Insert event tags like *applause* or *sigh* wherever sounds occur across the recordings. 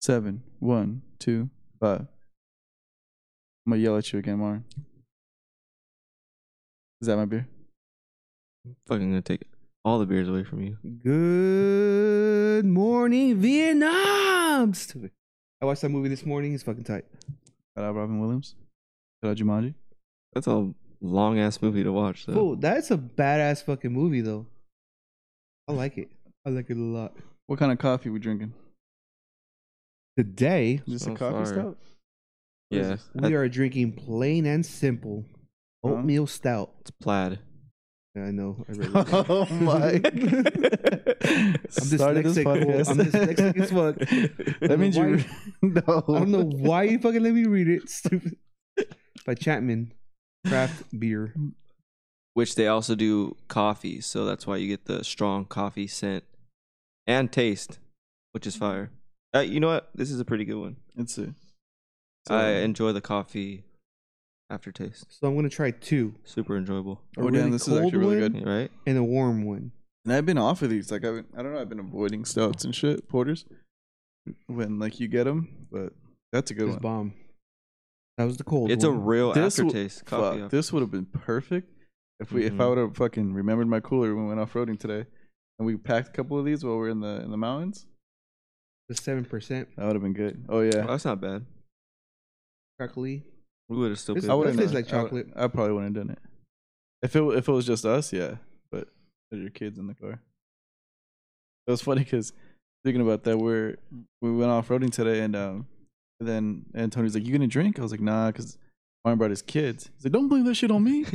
seven, one, two, five. I'm gonna yell at you again, Marn. Is that my beer? Fucking gonna take all the beers away from you. Good morning, Vietnam. Stupid. I watched that movie this morning. It's fucking tight. Shout out Robin Williams. Shout out Jumanji. That's a long ass movie to watch though. Oh, that's a badass fucking movie though. I like it. I like it a lot. What kind of coffee we drinking? Today Is this So a coffee sorry. stout? yeah, we are drinking plain and simple Huh? oatmeal stout. it's *laughs* plaid. *laughs* Yeah, I know. I read it. Oh my! I'm Started this dyslexic. podcast. *laughs* I'm dyslexic as fuck. That means *laughs* you. Why- no. I don't know why you fucking let me read it. *laughs* Stupid. By Chapman, craft beer. Which they also do coffee, so that's why you get the strong coffee scent and taste, which is fire. Uh, you know what? This is a pretty good one. It's a. I oh, enjoy the coffee aftertaste. So I'm gonna try two. Super enjoyable. A Oh, damn, really this is actually cold really one good. Yeah, Right? And a warm one. And I've been off of these. Like I've been, I don't know. I've been avoiding stouts and shit, porters. When like you get them, but that's a good This one. bomb. That was the cold. It's a one. real This w- Oh, aftertaste. Fuck, coffee. after- this would have been perfect if we if I Mhm. would have fucking remembered my cooler when we went off roading today, and we packed a couple of these while we were in the in the mountains. the seven percent That would have been good. Oh yeah. Oh, that's not bad. chocolate. We would have still. This- been I would have tastes like chocolate. I, probably wouldn't have done it. If it w- if it was just us, yeah. But with your kids in the car. It was funny because thinking about that, we're we went off roading today, and um, and then Antonio's like, "You gonna drink?" I was like, "Nah," because Martin brought his kids. He's like, "Don't blame that shit on me." *laughs*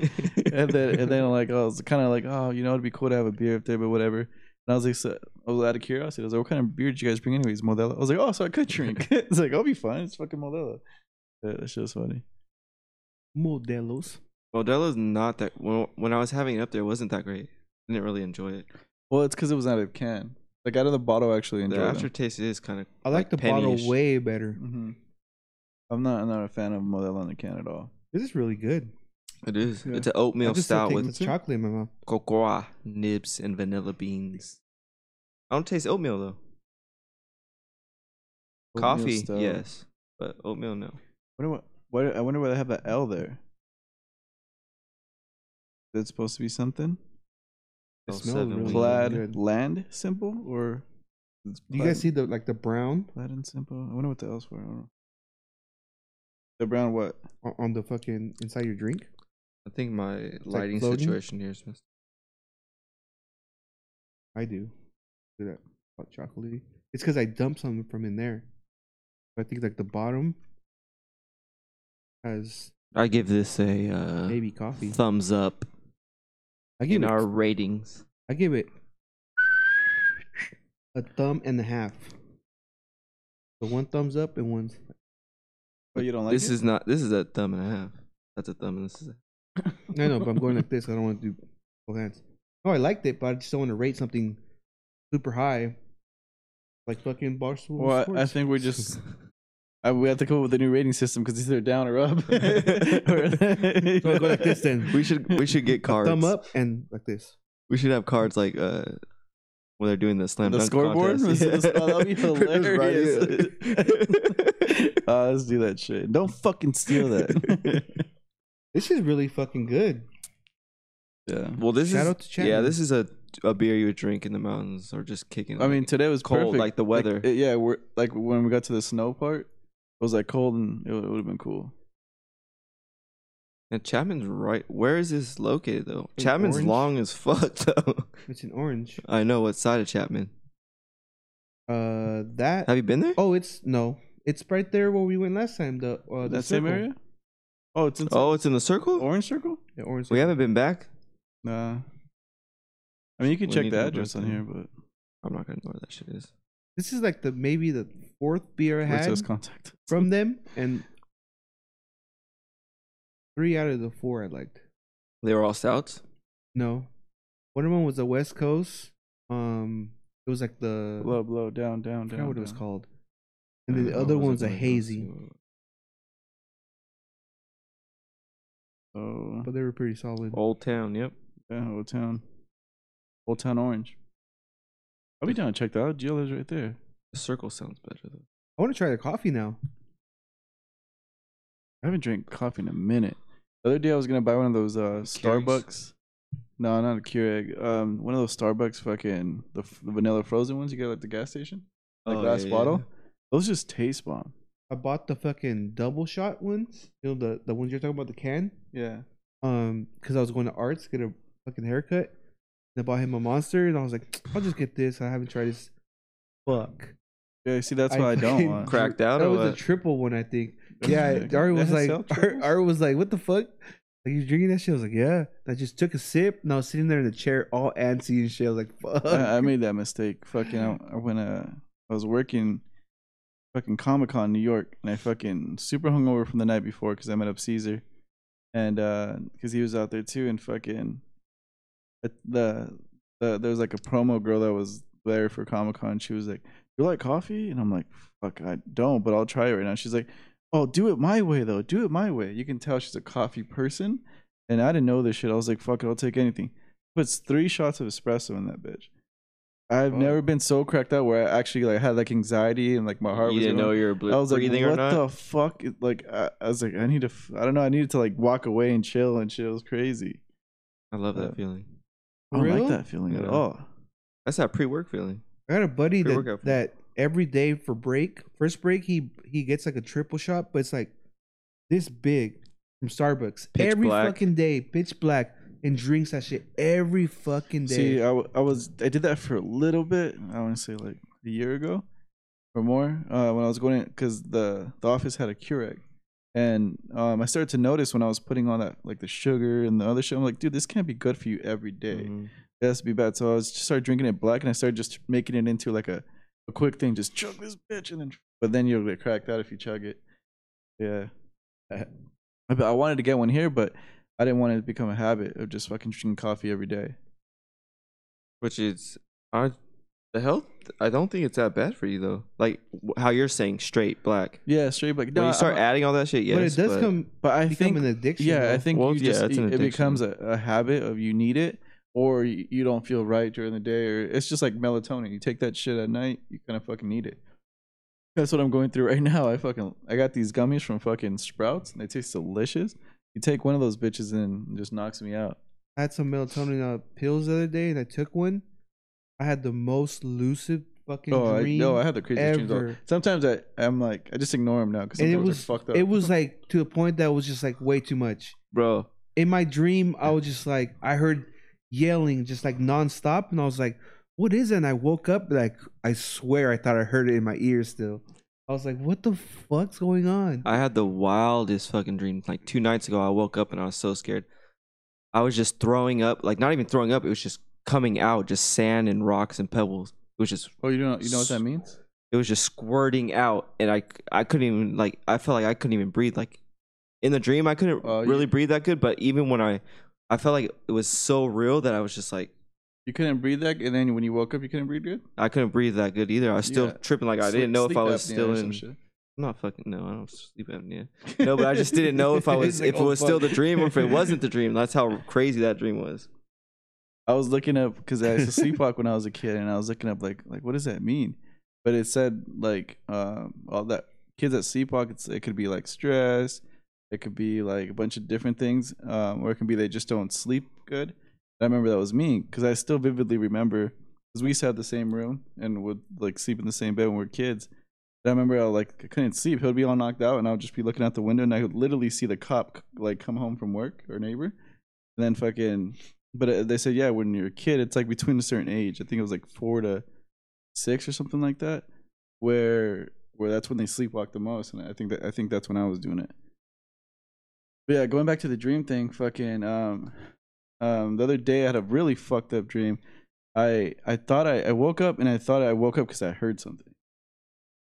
*laughs* and then and then like I was kind of like, "Oh, you know, it'd be cool to have a beer up there, but whatever." And I was like, so, I was out of curiosity. I was like, "What kind of beer did you guys bring, anyways?" Modelo. I was like, "Oh, so I could *laughs* drink." it's like, "I'll be fine. It's fucking Modelo." Yeah, that shit was funny. Modelos. Modelo's not that. When, when I was having it up there, it wasn't that great. Didn't really enjoy it. Well, it's because it was out of can. Like out of the bottle, I actually The enjoyed it. aftertaste is kind of. I like, the bottle way better. hmm I'm not. I'm not a fan of Modelo in the can at all. This is really good. It is. Yeah. It's an I oatmeal just still stout take with the chocolate in my mouth. cocoa nibs and vanilla beans. I don't taste oatmeal though. Oatmeal Coffee, stout. yes, but oatmeal no. Wonder what, why do- I wonder why they have that L there. That's supposed to be something. It Oh, smells seven really wings. Plaid good. land simple or it's You plaid- guys see the like the brown plaid and simple? I wonder what the L's for. I don't know. The brown what? on- on the fucking inside your drink? I think my lighting floating. situation here is messed. I do. Do that hot chocolatey. It's because I dumped some from in there. I think like the bottom has I give this a uh, maybe coffee. thumbs up I give in it. our ratings. I give it a thumb and a half. So one thumbs up and one. But Oh, you don't like this it? is not. This is a thumb and a half. That's a thumb, and this is. A, I know, but I'm going like this. I don't want to do both hands. No, I liked it, but I just don't want to rate something super high, like fucking *laughs* Barstool. Well, I- I Sports. think we *laughs* just I, we have to come up with a new rating system because either down or *laughs* up. Or- go like *laughs* this then. we should. We should *laughs* get cards. thumb up and like this. We should have cards like uh when they're doing the slam The dunk scoreboard? contest. Was it the- oh, *laughs* that'd be Just write it. Uh, let's do that shit. Don't fucking steal *laughs* that. This is really fucking good. yeah. *laughs* well, this Shout is out to yeah. Chapman. This is a a beer you would drink in the mountains or just kicking. I mean, today was cold, perfect. like the weather. it- yeah, we're like when we got to the snow part, it was like cold and it would have been cool. and Chapman's right. Where is this located though? In Chapman's Orange? long as fuck *laughs* though. It's an orange. I know what side of Chapman. Uh, that. Have you been there? Oh, it's no. It's right there where we went last time. The uh, the that same circle. area? Oh, it's in Oh, it's in the circle. Orange Circle? The orange. We haven't been back. Nah. I mean, you can We check need the to go address back on there. here, but I'm not gonna know where that shit is. This is like the maybe the fourth beer I where it had says contact. *laughs* from them, and three out of the four I liked. They were all stouts. No, one of them was the West Coast. Um, it was like the Blow, blow, down, down, I down. forgot what it was down. called, and then I the don't other know, one's was a it gonna go hazy, to- Oh, but they were pretty solid. Old Town. Yep. yeah, Old Town. Old Town Orange. I'll be down to check that out. GL is right there. The circle sounds better though. I want to try their coffee now. I haven't drank coffee in a minute. The other day I was gonna buy one of those uh Starbucks. No, not a Keurig. Um, one of those Starbucks fucking the, f- the vanilla frozen ones you get at the gas station, like Oh, glass yeah, yeah, bottle. yeah. Those just taste bomb. I bought the fucking double shot ones. You know the the ones you're talking about the can. Yeah. Um, because I was going to Arts get a fucking haircut. And I bought him a monster, and I was like, I'll just get this. I haven't tried this. Fuck. Yeah. See, that's I why I, don't fucking want. Crap. Cracked out That or was a what? triple one, I think. That's *laughs* *laughs* Yeah, ridiculous. Ari was Does that like, sell *laughs* Ari, triples? Ari was like, what the fuck? Like you drinking that shit? I was like, yeah. I just took a sip, and I was sitting there in the chair, all antsy and shit. I was like, *laughs* fuck. I, I made that mistake. Fucking, I, I went. Uh, I was working, fucking Comic Con New York, and I fucking super hungover from the night before because I met up Caesar, and because he was out there too, and fucking, at the the there was like a promo girl that was there for Comic Con. She was like, "You like coffee?" And I'm like, "Fuck, I don't, but I'll try it right now." She's like, "Oh, do it my way though. Do it my way." You can tell she's a coffee person, and I didn't know this shit. I was like, "Fuck it, I'll take anything." Puts three shots of espresso in that bitch. I've Fuck. never been so cracked out where I actually like had like anxiety and like my heart you was. didn't going. know you were bl- I was like, breathing what or not. the fuck? It- Like, I, I was like, I need to, f- I don't know, I needed to like walk away and chill and shit. It was crazy. I love that Uh, feeling. I don't Really? like that feeling at Yeah. all. That's that pre-work feeling. I got a buddy Good that, workout for you. that every day for break, first break, he he gets like a triple shot, but it's like this big from Starbucks Pitch every black. fucking day, pitch black, and drinks that shit every fucking day. See, I, uh, w- I was, I did that for a little bit. I want to say like a year ago or more uh, when I was going because the the office had a Keurig, and um, I started to notice when I was putting on that like the sugar and the other shit. I'm like, dude, this can't be good for you every day. Mhm. It has to be bad. So I was just started drinking it black, and I started just making it into like a, a quick thing, just chug this bitch, and then. But then you'll get cracked out if you chug it. Yeah, I, but I wanted to get one here, but I didn't want it to become a habit of just fucking drinking coffee every day. Which is, I, the health. I don't think it's that bad for you though. Like w- how you're saying, straight black. Yeah, straight black. when No, you start I- adding all that shit, yes, but it does come but I become think an addiction. yeah, I though. think Well, you yeah, just, it's an it- it addiction. becomes a, a habit of you need it or you, you don't feel right during the day or it's just like melatonin. You take that shit at night, you kind of fucking need it. That's what I'm going through right *laughs* now. I fucking I got these gummies from fucking Sprouts and they taste delicious. You take one of those bitches and it just knocks me out. I had some melatonin uh, pills the other day, and I took one. I had the most lucid fucking Oh, I, dream. no, I had the craziest dreams. all- ever. Sometimes I I'm like I just ignore them now because And it sometimes was- they're fucked up. it was like to a point that was just like way too much. bro. in my dream, I was just like, I heard yelling just like nonstop, and I was like, "What is it?" And I woke up, like I swear, I thought I heard it in my ears. Still, I was like, "What the fuck's going on?" I had the wildest fucking dream. Like two nights ago, I woke up and I was so scared. I was just throwing up, like not even throwing up. It was just coming out, just sand and rocks and pebbles. It was just, oh, you don't you know what that means? it was just squirting out, and I, I couldn't even like. I felt like I couldn't even breathe. Like in the dream, I couldn't Oh, you- really breathe that good. But even when I, I felt like it was so real that I was just like You couldn't breathe that, and then when you woke up, you couldn't breathe good. I couldn't breathe that good either. I was still Yeah. tripping. Like I Sleep- didn't know if sleep I was apnea still or some in. shit. I'm not fucking no. I don't sleep *laughs* apnea. No, but I just didn't know if I was oh, if it was still the dream or if *laughs* it wasn't the dream. That's how crazy that dream was. I was looking up because I used to sleepwalk when I was a kid, and I was looking up like like what does that mean? But it said like um, all that kids that sleepwalk, it's, it could be like stress, it could be like a bunch of different things, um, or it can be they just don't sleep good. I remember that was me because I still vividly remember because we used to have the same room and would like sleep in the same bed when we were kids. And I remember I like I couldn't sleep. He'd be all knocked out, and I would just be looking out the window, and I could literally see the cop like come home from work or neighbor, and then fucking but uh, they said yeah when you're a kid it's like between a certain age i think it was like four to six or something like that where where that's when they sleepwalk the most and i think that i think that's when i was doing it but yeah going back to the dream thing fucking um um the other day i had a really fucked up dream i i thought i, I woke up and i thought i woke up because i heard something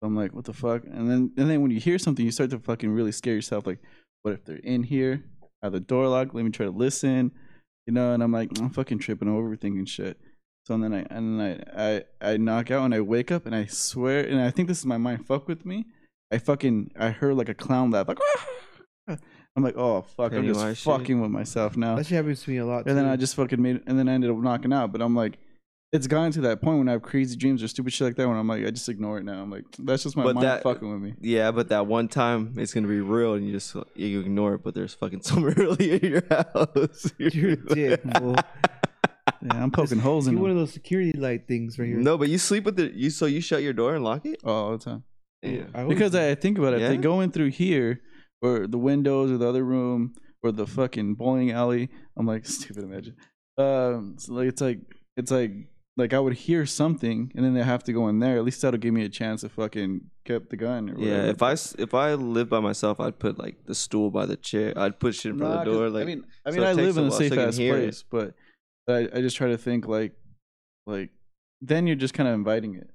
i'm like what the fuck and then and then when you hear something you start to fucking really scare yourself like what if they're in here have the door locked let me try to listen you know, and I'm like, I'm fucking tripping over overthinking shit. So then I and then I, I I knock out and I wake up and I swear and I think this is my mind fuck with me. I fucking I heard like a clown laugh like *laughs* I'm like oh fuck I'm Pennywise just shit. fucking with myself now. That shit happens to me a lot. Mm. *laughs* And then too. I just fucking made and then I ended up knocking out. But I'm like it's gotten to that point when I have crazy dreams or stupid shit like that when I'm like, I just ignore it now. I'm like, that's just my But mind that- fucking *laughs* with me. Yeah, but that one time it's gonna be real, and you just you ignore it. But there's fucking *laughs* someone really in your house. You're a *laughs* dick, fool. Yeah, I'm poking holes in You one of them those security light things right here. no, but you sleep with the you. So you shut your door and lock it. all the time. Yeah. I always Because do. I think about it, if they Yeah? go in through here or the windows or the other room or the fucking bowling alley, I'm like, *laughs* stupid imagine. Um, so like it's like it's like like I would hear something and then they have to go in there. At least that'll give me a chance to fucking get the gun. Or Yeah, whatever. if I s- if I lived by myself, I'd put like the stool by the chair. I'd put shit in front Nah, of 'cause, the door. Like I mean, I so mean, it I takes live a in a while so you safe can ass hear it. place, but I, I just try to think like, like, then you're just kind of inviting it,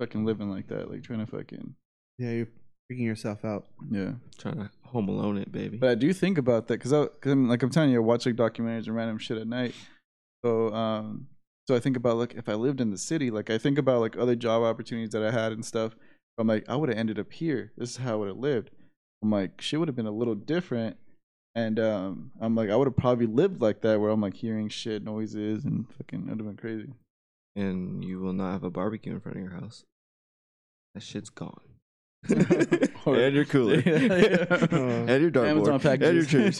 fucking living like that, like trying to fucking yeah, you're freaking yourself out. yeah. trying to home alone it, baby. But I do think about that because I, cause I'm like I'm telling you, I watch like documentaries and random shit at night. So, um, so I think about like if I lived in the city, like I think about like other job opportunities that I had and stuff. I'm like, I would have ended up here. This is how I would have lived. I'm like, shit would have been a little different. And um, I'm like, I would have probably lived like that, where I'm like hearing shit noises and fucking, it would have been crazy. and you will not have a barbecue in front of your house. That shit's *laughs* gone. Or- and your *laughs* cooler, Yeah, yeah. *laughs* and your Amazon dartboard, and your packages.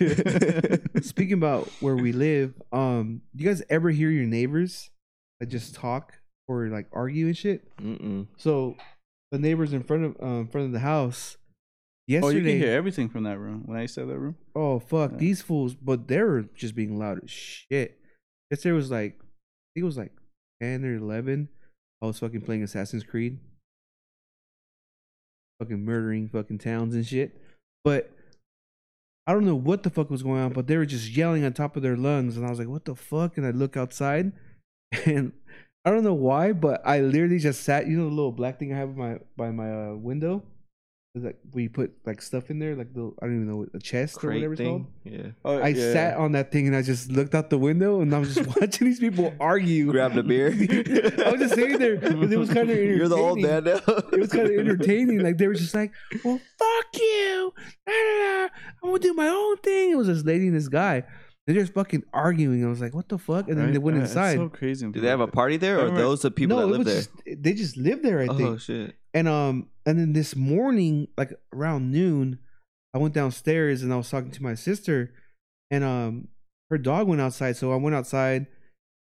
trees. *laughs* Speaking about where we live, um, you guys ever hear your neighbors like just talk or like argue and shit? Mm-mm. So the neighbors in front of uh, in front of the house *laughs* Oh, you can yesterday. hear everything from that room. When I used to have that room, Oh fuck, Yeah. these fools! But they were just being loud as shit. Guess there was like, I think it was like ten or eleven. I was fucking playing Assassin's Creed, fucking murdering fucking towns and shit. But I don't know what the fuck was going on, but they were just yelling on top of their lungs, and I was like, "What the fuck?" And I look outside, *laughs* and I don't know why, but I literally just sat. You know the little black thing I have by my by my uh, window. It's like we put like stuff in there, like the I don't even know what a chest or whatever Crate it's called. thing. *laughs* Yeah. oh, *laughs* I sat on that thing and I just looked out the window and I was just *laughs* watching these people argue. Grabbed a beer. *laughs* I was just sitting there, and it was kind of *laughs* entertaining. You're the old man now. It was *laughs* kind of entertaining. Like they were just like, "Well, fuck you! *laughs* Da, da, da. I'm gonna do my own thing." It was this lady and this guy. They're just fucking arguing. I was like, "What the fuck?" And then they went Right? Uh, it's inside. So crazy. when Did they have people a do party there, I or are remember- those the people no, that it live was there? Just, they just lived there, I oh think. shit! And um, and then this morning, like around noon, I went downstairs and I was talking to my sister, and um, her dog went outside, so I went outside,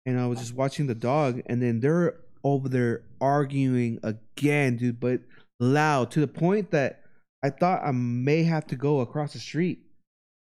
and I was just watching the dog, and then they're over there arguing again, dude, but loud to the point that I thought I may have to go across the street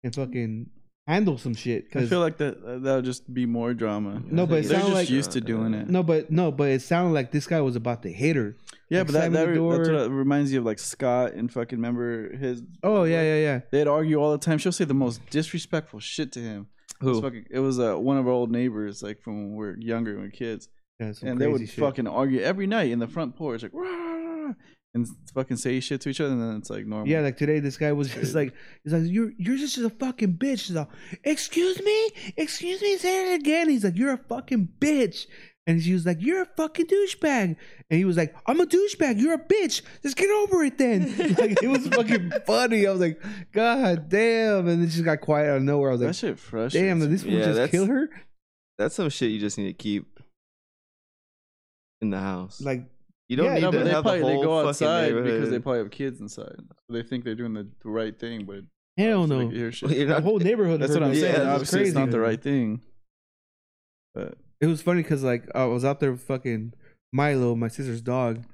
and fucking handle some shit. that. I Cause feel like that uh, that'll just be more drama. No, but it they're sound just like- used to doing it. no, but no, but it sounded like this guy was about to hit her. yeah, like but that, slamming that, the re- that's door. what reminds you of like Scott and fucking remember his. Oh yeah, yeah, yeah. They'd argue all the time. She'll say the most disrespectful shit to him. It was, Who? fucking, it was uh, one of our old neighbors, like from when we were younger, when we were kids, yeah some and they would crazy shit. fucking argue every night in the front porch, like "Rah, rah, rah," and fucking say shit to each other, and then it's like normal. Yeah, like today, this guy was just like, he's like, you're you're just a fucking bitch. He's like, excuse me, excuse me, say it again. He's like, you're a fucking bitch. And she was like, you're a fucking douchebag. And he was like, I'm a douchebag. You're a bitch. Just get over it then. *laughs* like it was fucking funny. I was like, God damn. And then she got quiet out of nowhere. I was that like, shit frustrates. damn, did me. this fool Yeah, just that's- kill her? That's some shit you just need to keep in the house. Like, you don't yeah, need no, to but they have probably the they whole go fucking outside because neighborhood. they probably have kids inside. So they think they're doing the, the right thing, but hell obviously no. they can hear shit. *laughs* You're The not- whole neighborhood. That's heard what I'm that. Yeah, saying. It was Obviously, it's not the right thing. But it was funny because like I was out there with fucking Milo, my sister's dog,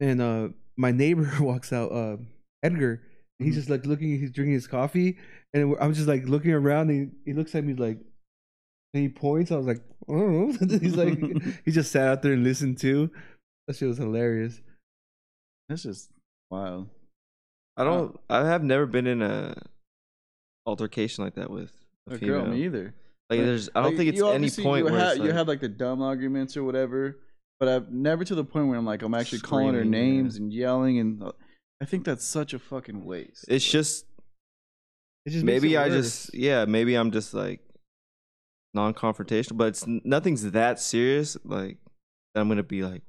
and uh my neighbor *laughs* walks out, uh Edgar. And he's Mhm. just like looking. He's drinking his coffee, and I'm just like looking around. And he, he looks at me like, and he points. I was like, *laughs* I don't know. he's like, he just sat out there and listened too. That shit was hilarious. that's just wild. I don't. I have never been in a altercation like that with a, A female. girl, me either. Like, But, there's. I don't Like, think it's you any obviously- point you where had, it's you like- had like the dumb arguments or whatever, but I've never to the point where I'm like I'm actually calling her Screaming, yeah. names and yelling, and uh, I think that's such a fucking waste. it's just It just makes maybe it I worse. just yeah maybe I'm just like non-confrontational, but it's nothing's that serious. Like that I'm gonna be like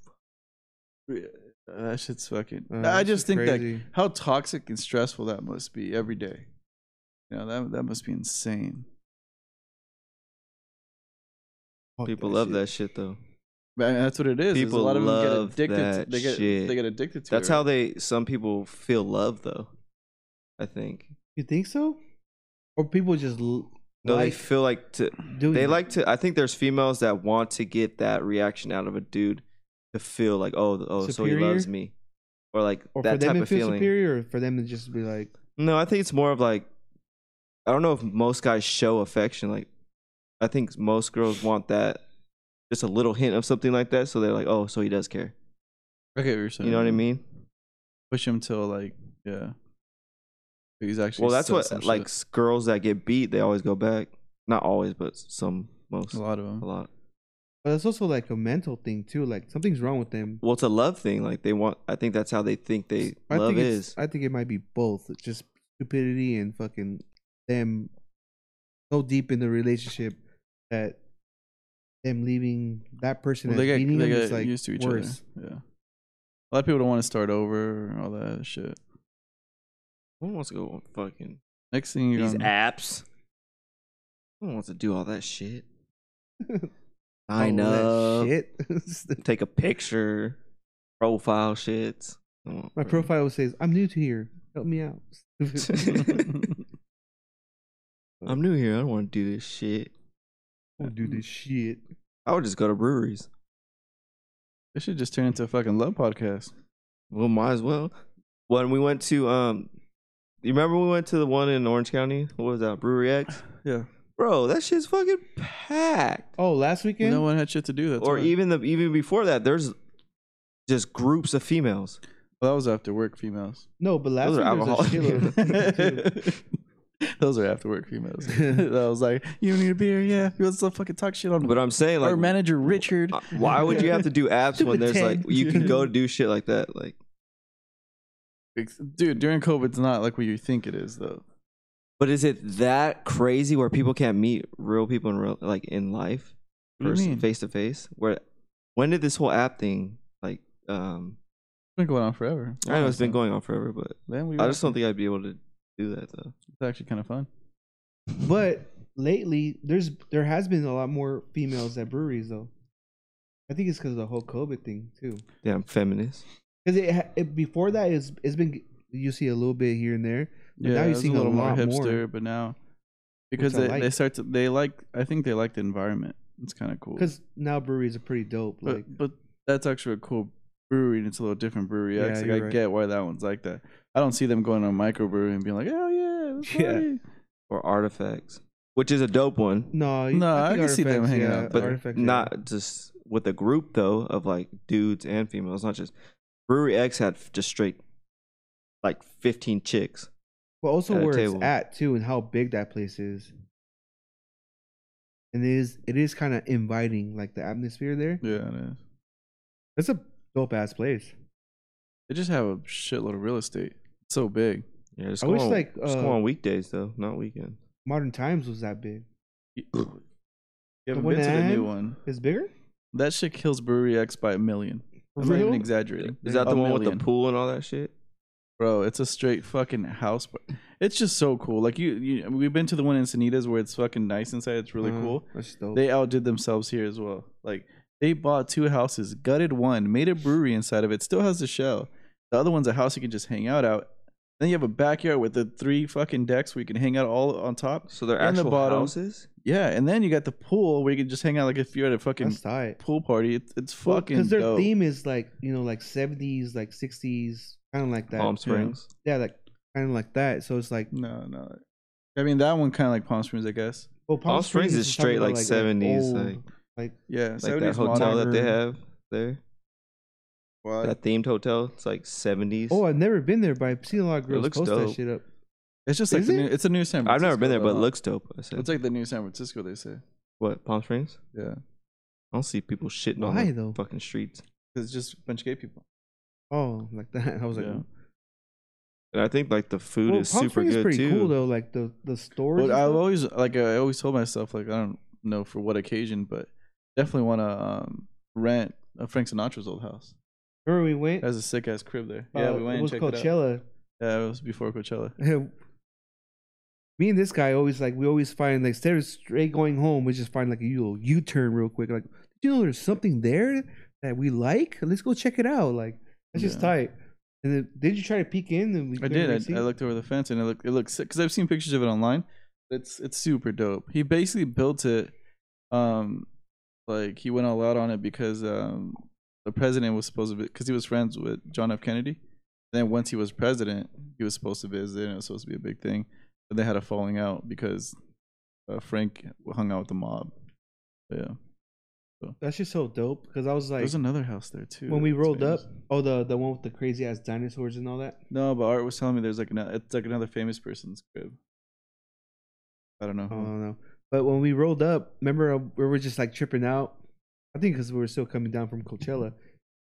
that shit's fucking. Uh, I that's just think that crazy. how toxic and stressful that must be every day. You know that that must be insane. Fuck people that love shit. that shit though. But I mean, that's what it is. is a People lot of them get love addicted. that to, they get shit. they get addicted to. That's it, how they some people feel love though. I think. You think so? Or people just l- No, they like feel like to doing they it? like to I think there's females that want to get that reaction out of a dude to feel like oh oh so he Superior? loves me. Or like or for that them type to of feel feeling. superior, or for them to just be like, No, I think it's more of like I don't know if most guys show affection. Like I think most girls want that just a little hint of something like that, so they're like, oh, so he does care. Okay, you're saying. You know what I mean? Push him till like yeah. He's actually Well, that's said what some like shit. s- girls that get beat, they always go back. Not always, but some most a lot of them. a lot. but it's also like a mental thing too. Like something's wrong with them. Well, it's a love thing. Like they want. I think that's how they think they I love think it's- is. I think it might be both. It's just stupidity and fucking them so deep in the relationship that them leaving that person Well, as they get beating they them get is like used to each worse. other. Yeah. A lot of people don't want to start over and all that shit. Who wants to go on fucking Next thing you're *laughs* these *laughs* on, apps? Who wants to do all that *laughs* shit? Sign All up. Oh, that Shit. *laughs* Take a picture. Profile shits. Come on, My bro. *laughs* profile says, "I'm new to here. Help me out." *laughs* I'm new here. I don't want to do this shit. Don't *laughs* do this shit. I would just go to breweries. This should just turn into a fucking love podcast. Well, might as well. When we went to um, you remember we went to the one in Orange County? What was that? Brewery *sighs* X. Yeah. Bro, that shit's fucking packed. Oh, last weekend. No one had shit to do. That's or why. even the even before that, there's just groups of females. well, that was after work *laughs* females. *laughs* No, but last Those are week there was a shitload of people, too. Those are after work *laughs* females. *laughs* I was like, you need a beer, yeah. You want to fucking talk shit on But I'm saying like, our manager Richard. uh, why would you have *laughs* to do apps when Stupid there's like Ted. you can go do shit like that? Like, Dude, during COVID, it's not like what you think it is, though. but is it that crazy where people can't meet real people in real like in life, What do you mean? face to face? Where when did this whole app thing like um? It's been going on forever. I know it's been going on forever, but Man, we I just don't think I'd be able to do that though. it's actually kind of fun. But lately, there's there has been a lot more females at breweries though. I think it's because of the whole COVID thing too. Yeah, I'm feminist. Because it, ha- it before that is it's been you see a little bit here and there. But Yeah, now it you was see a a little more lot more. hipster, but now because Which they, I they like. start to they like I think they like the environment. It's kind of cool. Because now breweries are pretty dope. But, Like but that's actually a cool brewery and it's a little different brewery. Yeah, Yeah, like, you're I right. get why that one's like that. I don't see them going on a microbrewery and being like, oh yeah, let's *laughs* Yeah. party." or artifacts, which is a dope one, no, No, I can see them hanging out, but Artifacts, yeah. not just with a group though of like dudes and females, not just Brewery X had f- just straight like 15 chicks. But also at a where it's table. at too, and how big that place is. And it is it is kind of inviting, like the atmosphere there. Yeah, it is. That's a dope ass place. They just have a shitload of real estate. It's so big. Yeah, just I go wish, on, like, just go uh, on weekdays though, not weekend. Modern Times was that big. You haven't one been to the I new am? one. It's bigger. That shit kills Brewery X by a million. I'm not even Really? exaggerating. Is that A the one with million. the pool and all that shit? Bro, it's a straight fucking house. par- It's just so cool. Like you, you we've been to the one in Sanitas where it's fucking nice inside. It's really Uh, Mm-hmm. cool. That's dope. They outdid themselves here as well. Like they bought two houses, gutted one, made a brewery inside of it. Still has the shell. The other one's a house you can just hang out out. Then you have a backyard with the three fucking decks where you can hang out all on top. So they're In the actual bottom. houses. Yeah, and then you got the pool where you can just hang out like if you're at a fucking That's tight. pool party. It's it's fucking because their dope. theme is like you know like seventies, like sixties, kind of like that. Palm Springs. Yeah, like kind of like that. So it's like No, no. I mean that one kind of like Palm Springs, I guess. well, Palm Springs is talking straight about, like 70s, old- like- Yeah, Like 70s that hotel that they modern. have there. Well, That themed hotel. It's like 70s. oh, I've never been there, but I've seen a lot of girls looks post dope. that shit up. It's just like Is the it? new, it's a new San Francisco. I've never been there, but though. it looks dope. I said. it's like the new San Francisco. They say, what, Palm Springs? yeah, I don't see people shitting on Why, the though? fucking streets. because it's just a bunch of gay people. Oh, like that. *laughs* I was like, Yeah. And I think like the food well, is Palm super Springs good is pretty too. cool though. Like the the stores. But and I've stuff. always like I always told myself like I don't know for what occasion, but definitely want to um, rent uh, Frank Sinatra's old house. Remember we went. That's a sick ass crib there. uh, yeah, we went It and was checked it out. Coachella. Yeah, it was before *laughs* Coachella. Me and this guy always like we always find like instead of straight going home, we just find like a you know, U turn real quick. Like you know there's something there that we like? Let's go check it out. Like that's just Yeah. tight. And then, did you try to peek in? And we I couldn't did. really I, see? I looked over the fence and it looked it looks sick because I've seen pictures of it online. It's it's super dope. He basically built it, um, like he went all out on it because um the president was supposed to be because he was friends with John F. Kennedy. Then once he was president, he was supposed to visit and it was supposed to be a big thing, but they had a falling out because uh, Frank hung out with the mob. yeah, That's just so dope because I was like, there's another house there too. when we that's rolled up, famous. oh the the one with the crazy ass dinosaurs and all that. No, but Art was telling me there's like another it's like another famous person's crib. I don't know. I who. don't know. But when we rolled up, remember uh, we were just like tripping out. I think because we were still coming down from Mm-hmm. Coachella,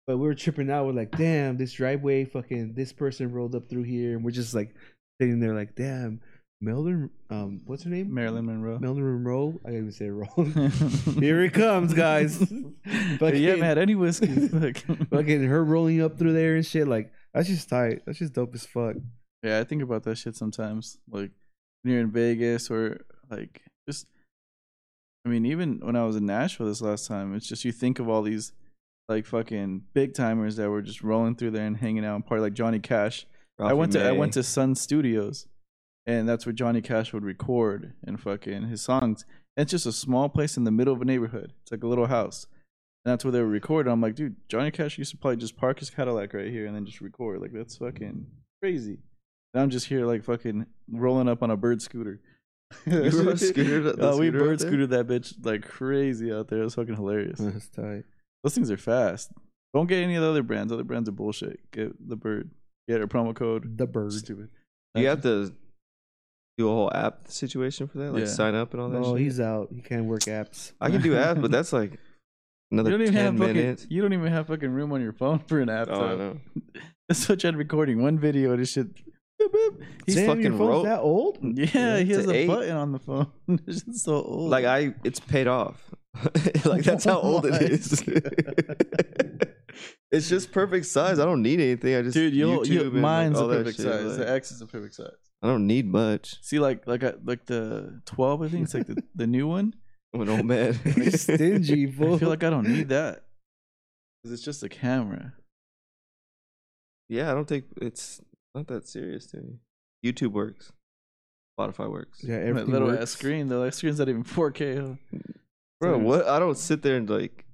but we were tripping out. We're like, damn, this driveway, fucking this person rolled up through here, and we're just like sitting there, like, damn, Melvin, um, what's her name? Marilyn Monroe. *laughs* Melvin Monroe. I even say it wrong. Here here it *laughs* comes, guys. yeah, Fucking- man. Any whiskey. Look. Fucking her rolling up through there and shit. Like that's just tight. That's just dope as *laughs* fuck. *laughs* Yeah, I think about that shit sometimes. Like when you're in Vegas or like just. I mean, even when I was in Nashville this last time, it's just you think of all these like fucking big timers that were just rolling through there and hanging out and party like Johnny Cash. I went to I went to Sun Studios, and that's where Johnny Cash would record and fucking his songs. And it's just a small place in the middle of a neighborhood. It's like a little house, and that's where they would record. I'm like, dude, Johnny Cash used to probably just park his Cadillac right here and then just record. Like that's fucking crazy. And I'm just here like fucking rolling up on a bird scooter. *laughs* You *laughs* rode a scooter- the Oh, we scooter out bird there? Hmm. scooted that bitch like crazy out there. It was fucking hilarious. That's tight. Those things are fast. Don't get any of the other brands. Other brands are bullshit. Get the bird. Get a promo code. The bird. Stupid. You have to do a whole app situation for that, like Yeah. sign up and all that. Oh, shit. he's out. He can't work apps. I *laughs* can do apps, but that's like another you don't even ten have *laughs* minutes. fucking. You don't even have fucking room on your phone for an app. Oh, I though. know. *laughs* That's what you had recording one video and his shit. boop, boop. He's Damn, fucking your phone's rope. that old? Yeah, he Mm, to has a eight. button on the phone. *laughs* it's just so old. Like I, it's paid off. *laughs* like that's how Oh old my *laughs* it is. *laughs* it's just perfect size. I don't need anything. I just dude, you'll, you YouTube and, like, mine's all a that perfect shit, size. like, the X is a perfect size. I don't need much. See, like like I, like the twelve, I think it's like *laughs* the, the new one. I'm an *laughs* old man. He's stingy, fool. I feel like I don't need that because it's just a camera. *laughs* Yeah, I don't think it's not that serious to me. YouTube works. Spotify works. yeah, That everything little works. ass screen though, that screen's not even 4K. huh? Bro, Dude. what? I don't sit there and like.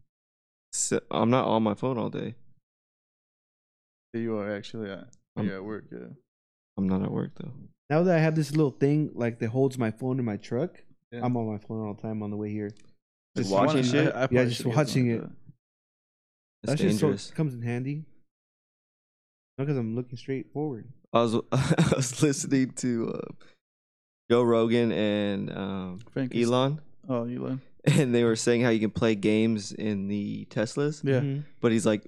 Sit, I'm not on my phone all day. Yeah, you are actually. Yeah, Um, yeah, at work. Yeah. I'm not at work though. Now that I have this little thing like that holds my phone in my truck, Yeah. I'm on my phone all the time on the way here. Like Just I wanna- watching I- shit? I probably just should get something watching like it. that. It's That's just so dangerous. it comes in handy. Not because I'm looking straight forward. I was *laughs* I was listening to uh, Joe Rogan and um, Frank is- Elon, *laughs* Oh, Elon. and they were saying how you can play games in the Teslas, Yeah. Mhm. but he's like,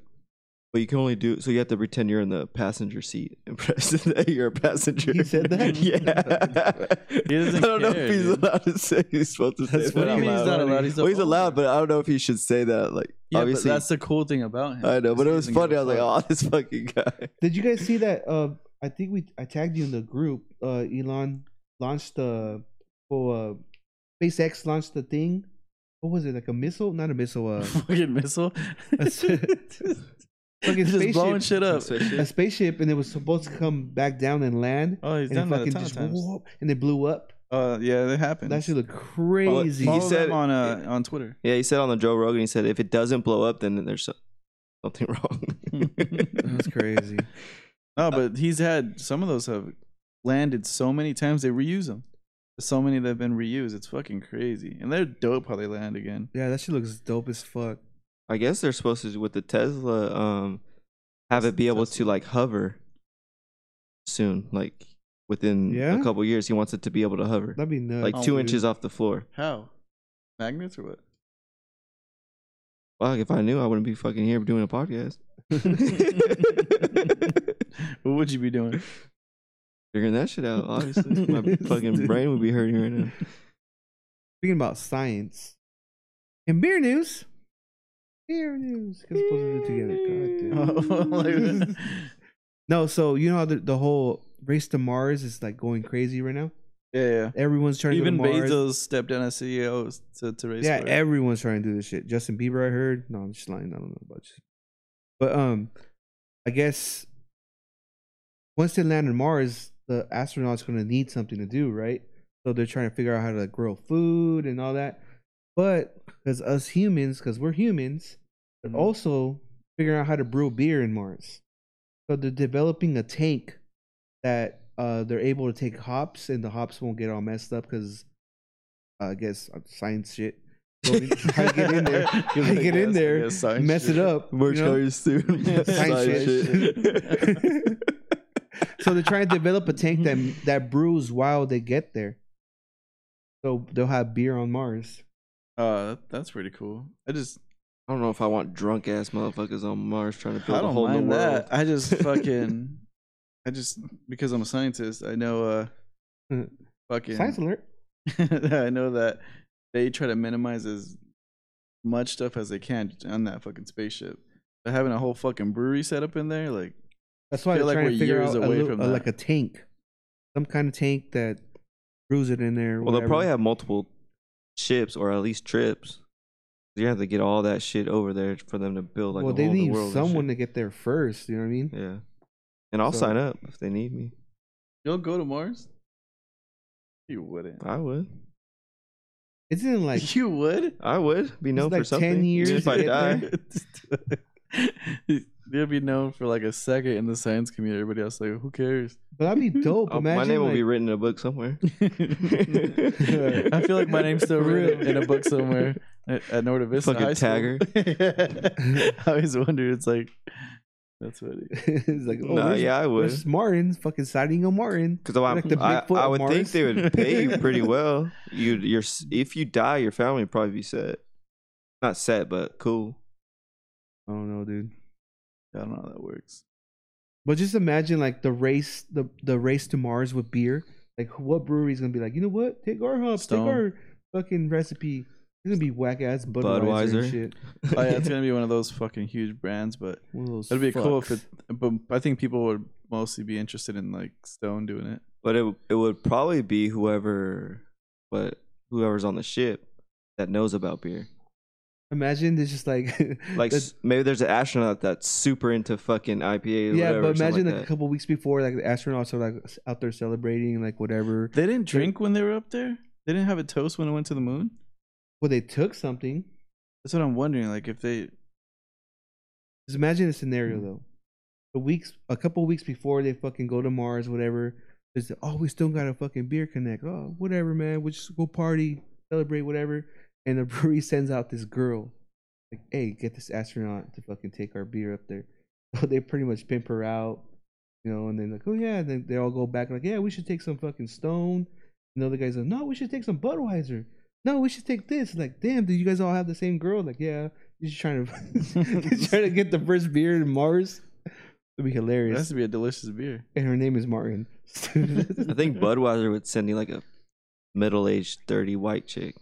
but you can only do so. You have to pretend you're in the passenger seat and press that *laughs* you're a passenger. He *laughs* said that? yeah. He doesn't *laughs* I don't know care, if he's dude. allowed to say he's supposed to That's say what that. do you out mean he's loud. not allowed? He's a well, he's owner. allowed, but I don't know if he should say that. Like, Yeah, obviously, but that's the cool thing about him. I know, but it is was he doesn't funny. give I a was like, oh, this fucking guy. Did you guys see that? Uh, I think we I tagged you in the group. Uh, Elon launched the oh, uh, SpaceX launched the thing. What was it? Like a missile? Not a missile. "Oh, Uh, fuck. *laughs* fucking missile. That's *laughs* it. fucking Fucking just blowing spaceship. shit up. a spaceship, and it was supposed to come back down and land. Oh, he's and it done that a fucking ton of just times. whoop, and it blew up. Uh, yeah, that happened. That should look Well, crazy. Follow He them said- on uh, on Twitter. Yeah, he said on the Joe Rogan, he said if it doesn't blow up, then there's so- something wrong. *laughs* *laughs* That's crazy. No, Uh, but he's had some of those have landed so many times they reuse them. There's so many that have been reused. It's fucking crazy, and they're dope how they land again. Yeah, that shit looks dope as fuck. I guess they're supposed to with the Tesla, um, have it be able to like hover soon, like within Yeah? a couple years. He wants it to be able to hover, That'd be nuts. like Oh, two dude. inches off the floor. How? Magnets or what? *laughs* *laughs* Fuck, if I knew, I wouldn't be fucking here doing a podcast. What would you be doing? *laughs* Figuring that shit out, *laughs* obviously. My fucking brain would be hurting right now. Speaking about science. In beer news. Beer news. 'Cause we're supposed to do it together. God damn. *laughs* *laughs* *laughs* Like- no, so you know how the, the whole race to Mars is like going crazy right now? Yeah, Everyone's yeah. trying Even to go to Mars. Bezos stepped down as CEO to, to raise. yeah, for it. everyone's trying to do this shit. Justin Bieber, I heard. No, I'm just lying. I don't know about Justin. But um, I guess once they land on Mars, the astronauts gonna need something to do, right? So they're trying to figure out how to grow food and all that. But because us humans, because we're humans, they're Mhm. also figuring out how to brew beer in Mars. So they're developing a tank that uh, they're able to take hops, and the hops won't get all messed up because uh, I guess uh, science shit. So we- how to get *laughs* in there, how to get in there, mess it up. you Merch know? colors soon. Science Science shit. shit. *laughs* So they're trying to develop a tank that that brews while they get there. So they'll have beer on Mars. *laughs* Uh, that, that's pretty cool. I just I don't know if I want drunk ass motherfuckers on Mars trying to I build a don't whole new mind world. that. I *laughs* just fucking, I just because I'm a scientist, I know. Uh, fucking Hmm. Science alert. *laughs* I know that they try to minimize as much stuff as they can on that fucking spaceship. But having a whole fucking brewery set up in there, like That's why Feel they're like trying we're to figure years out a away little- from a- that. like a tank, some kind of tank that brews it in there. Well, they'll whatever. probably have multiple ships or at least trips. You have to get all that shit over there for them to build like well, a they whole new need world. and someone to shit. get there first. You know what I mean? yeah, and I'll So- sign up if they need me. you'll go to Mars. You wouldn't. I would. Isn't *laughs* it like *laughs* you would. I would be known for like 10 something. years if to I get die. *laughs* *laughs* You'll be known for like a second in the science community. Everybody else like, who cares? But that'd be dope. I'll- Imagine Oh, my name will like, be written in a book somewhere. *laughs* I feel like my name's still For real. written in a book *laughs* *laughs* somewhere at, at Norda Vista Fucking High School. *laughs* I always wonder. It's like that's funny. *laughs* it's like oh, no, there's- yeah, I would. there's Martin fucking signing a Martin. Because I, like the I, Bigfoot I of would think Mars. they would pay *laughs* you pretty well. You, your, s- if you die, your family would probably be set. Not set, but cool. I don't know, dude. I don't know how that *laughs* works. But just imagine like the race, the the race to Mars with beer. Like what brewery is gonna be like? You know what? Take our hops, Stone. take our fucking recipe. It's gonna be whack ass Budweiser, and Budweiser. shit. Oh, yeah, it's gonna be one of those fucking huge brands, but One of those. it'd be cool if fucks. it. But I think people would mostly be interested in like Stone doing it. *laughs* But it it would probably be whoever, but whoever's on the ship that knows about beer. Imagine there's just like *laughs* Like the- s maybe there's an astronaut that's super into fucking IPA. Or yeah, whatever, but like imagine like a that. couple weeks before, like the astronauts are like s- out there celebrating, like whatever. They didn't drink when they were up there. They didn't have a toast when it went to the moon. Well, they took something. That's what I'm wondering. Like if they Just imagine a scenario Mm-hmm. though. The weeks, a couple weeks before they fucking go to Mars, whatever. There's oh, we still got a fucking beer connect. Oh, whatever, man. We just go party, celebrate, whatever. And the *laughs* brewery sends out this girl, like, hey, get this astronaut to fucking take our beer up there. *laughs* So they pretty much pimp her out, you know. And then like, oh yeah, and then they all go back like, yeah, we should take some fucking Stone. And the other guys like, no, we should take some Budweiser. No, we should take this. Like, damn, did you guys all have the same girl? Like, yeah. He's trying to *laughs* he's trying to get the first beer in Mars. It'd be it has hilarious. to be a delicious beer. And her name is Martin. *laughs* I think Budweiser would send you like a middle-aged, dirty white chick.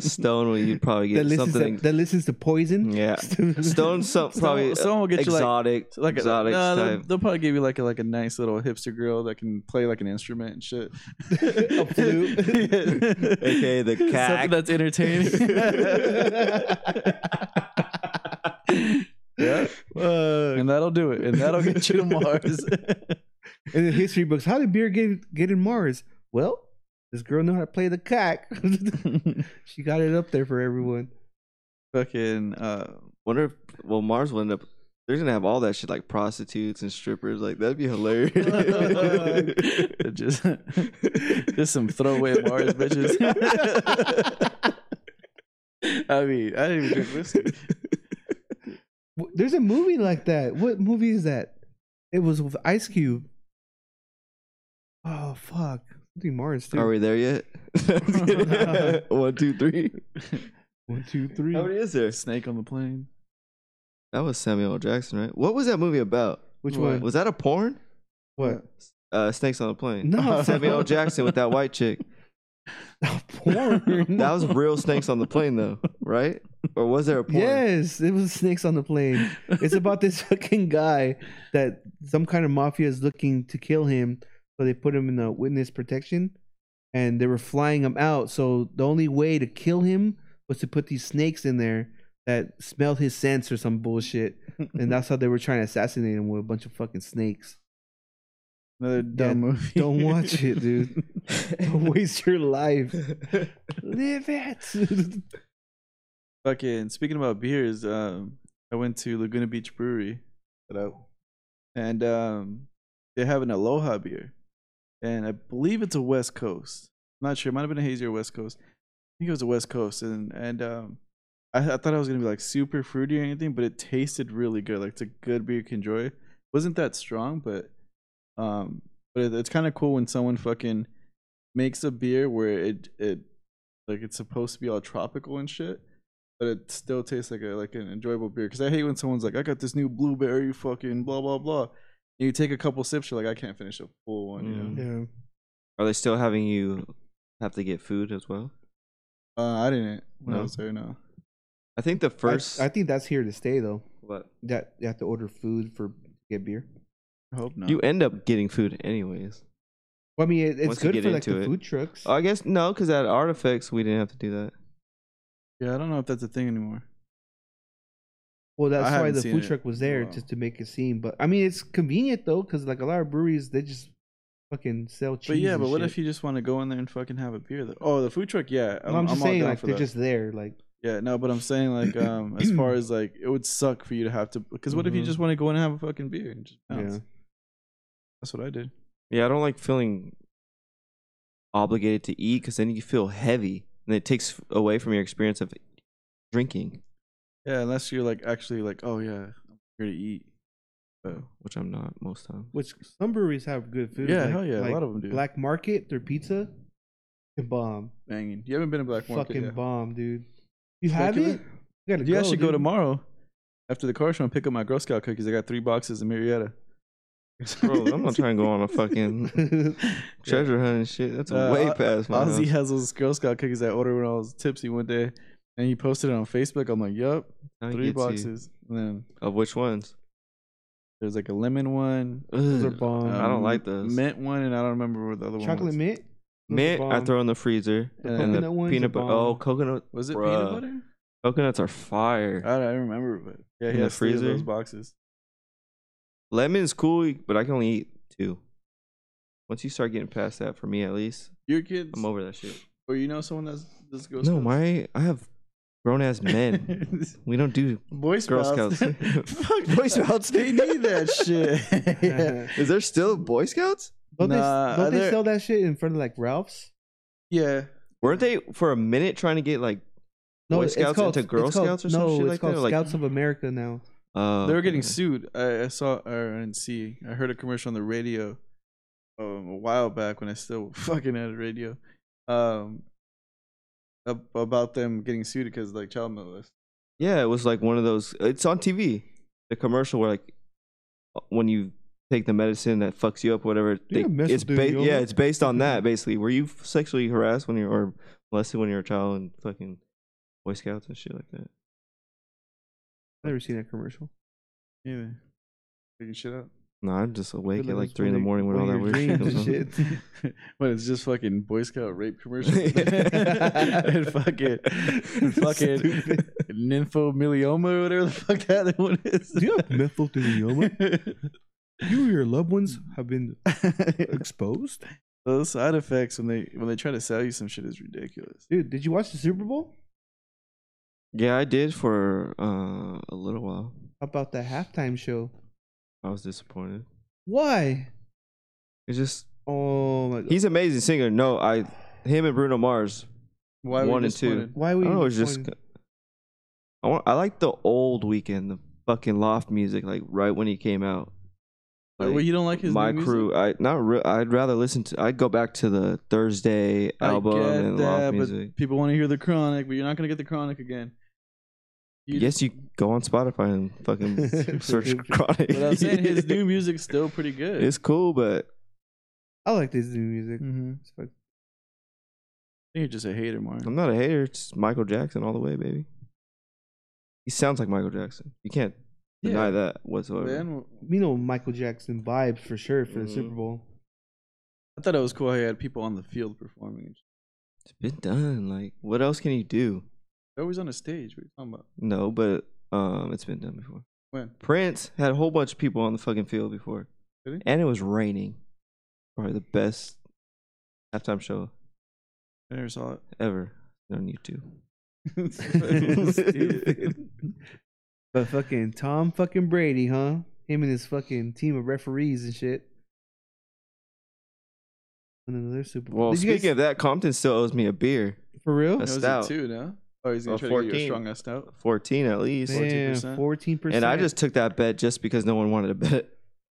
Stone, well, you'd probably that get listens something. to, that listens to poison. *laughs* yeah, Stone, some probably someone will get you, like- exotic, So like exotic a, uh, nah, they'll- type. They'll, probably give you like a like a nice little hipster girl that can play like an instrument and *laughs* shit. A *laughs* flute. Yeah. Okay, the cack. Something that's *laughs* entertaining. yeah. *laughs* Uh, And that'll do it. And that'll get you to Mars. *laughs* And the history books. How did beer get get in Mars? Well, this girl knew how to play the cock. *laughs* she got it up there for everyone. Fucking uh *laughs* Wonder if well Mars will end up. They're gonna have all that shit like prostitutes and strippers. Like that'd be hilarious. *laughs* just *laughs* just some throwaway Mars bitches. *laughs* I mean, I didn't even drink whiskey. W- There's a movie like that. What movie is that? It was with Ice Cube. Oh fuck! Something Mars *laughs* too. Are we there yet? *laughs* One, two, three. One, two, three. How many is there? Snake on the plane. That was Samuel L. Jackson, right? What was that movie about? Which What? one? Was that a porn? What? *laughs* Uh, Snakes on a Plane. No, *laughs* Samuel L. Jackson with that white *laughs* chick. porn. *laughs* That was real Snakes on the Plane, though, right? Or was there a porn? Yes, it was snakes on the plane. *laughs* It's about this fucking guy that some kind of mafia is looking to kill him. So they put him in the witness protection, and they were flying him out. So the only way to kill him was to put these snakes in there that smelled his sense or some bullshit, and that's how they were trying to assassinate him with a bunch of fucking snakes. Another dumb Yeah, movie. *laughs* *laughs* don't watch *laughs* it, dude. Don't waste your life. Live it. *laughs* Fucking speaking about beers, um, I went to Laguna Beach Brewery, What up? and um, they have an Aloha beer, and I believe it's a West Coast. I'm not sure. It might have been a hazy or West Coast. I think it was a West Coast, and and um, I, I thought I was gonna be like super fruity or anything, but it tasted really good. Like it's a good beer you can enjoy. wasn't that strong, but um, but it, it's kind of cool when someone fucking makes a beer where it it like it's supposed to be all tropical and shit, but it still tastes like a like an enjoyable beer. Because I hate when someone's like, "I got this new blueberry fucking blah blah blah," and you take a couple sips, you're like, "I can't finish a full one." You know? Mm. Yeah. Are they still having you have to get food as well? Uh, I didn't when I No. was there. No, I think the first. I, I think that's here to stay though. what? That you have to order food for get beer. I hope not. You end up getting food anyways. Well, I mean, it, it's Once you good get for like into it. the food trucks. Oh, I guess no, because at Artifacts we didn't have to do that. yeah, I don't know if that's a thing anymore. well, that's why haven't the seen food it truck was in a there while. just to make a scene. But I mean, it's convenient though, because like a lot of breweries, they just fucking sell cheese. But yeah, but what if you? you just want to go in there and fucking have a beer? Though? Oh, the food truck. Yeah, I'm, I'm just all saying, down like for they're that. just there. Like Yeah, no, but I'm saying like um as *clears throat* far as like it would suck for you to have to because what if you Mhm. just want to go in and have a fucking beer and just bounce? Mm-hmm. Yeah. That's what I did. Yeah, I don't like feeling obligated to eat because then you feel heavy and it takes away from your experience of drinking, Yeah, unless you're like actually like, oh yeah, I'm here to eat. But uh, which I'm not most time. which some breweries have good food. yeah, like, hell yeah, like a lot of them do. Black Market, their pizza, fucking bomb, banging. You haven't been to Black Market fucking yet. bomb, dude. You It's have like, it? You gotta Yeah, I should go dude. tomorrow after the car show and pick up my Girl Scout cookies. I got three boxes of Marietta. Bro, I'm not trying to go on a *laughs* fucking treasure hunt and shit. That's Uh, way O- past my. Ozzy house. has those Girl Scout cookies I ordered when I was tipsy one day, and he posted it on Facebook. I'm like, yup, Now it three gets you. boxes. And then Of which ones? there's like a lemon one. Those are Ugh. bomb. I don't um, like those. Mint one, and I don't remember what the other one Chocolate was. mint. Those are Mint, I bomb. throw in the freezer. The and coconut the ones are peanut butter. bomb. Oh, coconut. Was it Bruh. peanut butter? Coconuts are fire. I Uh, don't, I don't remember, but yeah, In he the has three of those freezer? boxes. Lemon's cool, but I can only eat two. Once you start getting past that, for me at least, Your kids, I'm over that shit. or you know someone that's that's Girl No, Scouts? my I have grown ass *laughs* men. we don't do. *laughs* Boy Girl Scouts. Scouts. *laughs* *laughs* Fuck Boy Scouts. They need that shit. *laughs* yeah. Is there still Boy Scouts? *laughs* Don't Nah, they, don't they're- they sell that shit in front of like Ralph's? yeah. Weren't they for a minute trying to get like? Boy it's Scouts into Girl it's called- Scouts or some no, shit it's like that, called or, like- Scouts of America now. Uh, They were getting sued. I, I saw, or I didn't see. I heard a commercial on the radio um, a while back when I still *laughs* fucking had a radio um, ab- about them getting sued because like child molest. Yeah, it was like one of those. It's on TV. The commercial where like when you take the medicine that fucks you up, whatever. Yeah, mess it's with ba- the- yeah, it's based on *laughs* that basically. Were you sexually harassed when you were or molested when you were a child and fucking Boy Scouts and shit like that? I've never seen *laughs* that commercial. Yeah, figuring shit out. No, I'm just awake Good at luck, like that's three in the one of- morning when one all that of weird *laughs* your shit dreams *laughs* comes on. and shit. but it's just fucking Boy Scout rape *laughs* commercials. *laughs* and fucking, *laughs* and fucking Stupid. nymphomelioma or whatever the fuck that one is. Do you *laughs* have mesothelioma? You or your loved ones have *laughs* been exposed? Those side effects when they when they try to sell you some shit is ridiculous. Dude, did you watch the Super Bowl? Yeah, I did for uh, a little while. How about the halftime show? I was disappointed. Why? It's just Oh my god. he's an amazing singer. No, I him and Bruno Mars. Why were you One and two. disappointed? Why I would don't know. Oh, It's just disappointed? I want. I like the old weekend, the fucking loft music, like right when he came out. Like, well, you don't like his my new music? crew. I not. Re- I'd rather listen to. I'd go back to the Thursday I album get and that, loft but music. people want to hear the Chronic, but you're not gonna get the Chronic *laughs* again. You- yes, you go on Spotify and *laughs* fucking search Chronic. But I'm saying his *laughs* new music's still pretty good. It's cool, but I like this new music. Mhm. It's fun. I think you're just a hater, Mark. I'm not a hater. It's Michael Jackson all the way, baby. He sounds like Michael Jackson. You can't deny Yeah. that whatsoever. Man, You know Michael Jackson vibes for sure for the Mhm. Super Bowl. I thought it was cool how you had people on the field performing. It's been done. Like, what else can you do? They're always on a stage. What are you talking about? No, but um, it's been done before. When? Prince had a whole bunch of people on the fucking field before, Did he? and it was raining. Probably the best halftime show I never saw it. ever on YouTube. *laughs* Stupid. but fucking Tom fucking Brady, huh? Him and his fucking team of referees and shit. Won Another Super Bowl. Well, Did you speaking guys- of that, Compton still owes me a beer. for real, That's- That was stout. a two, no? Oh, he's gonna Oh, try to get you a 14. strong ass stout. 14 at least. damn, 14%. fourteen percent. And I just took that bet just because no one wanted to bet.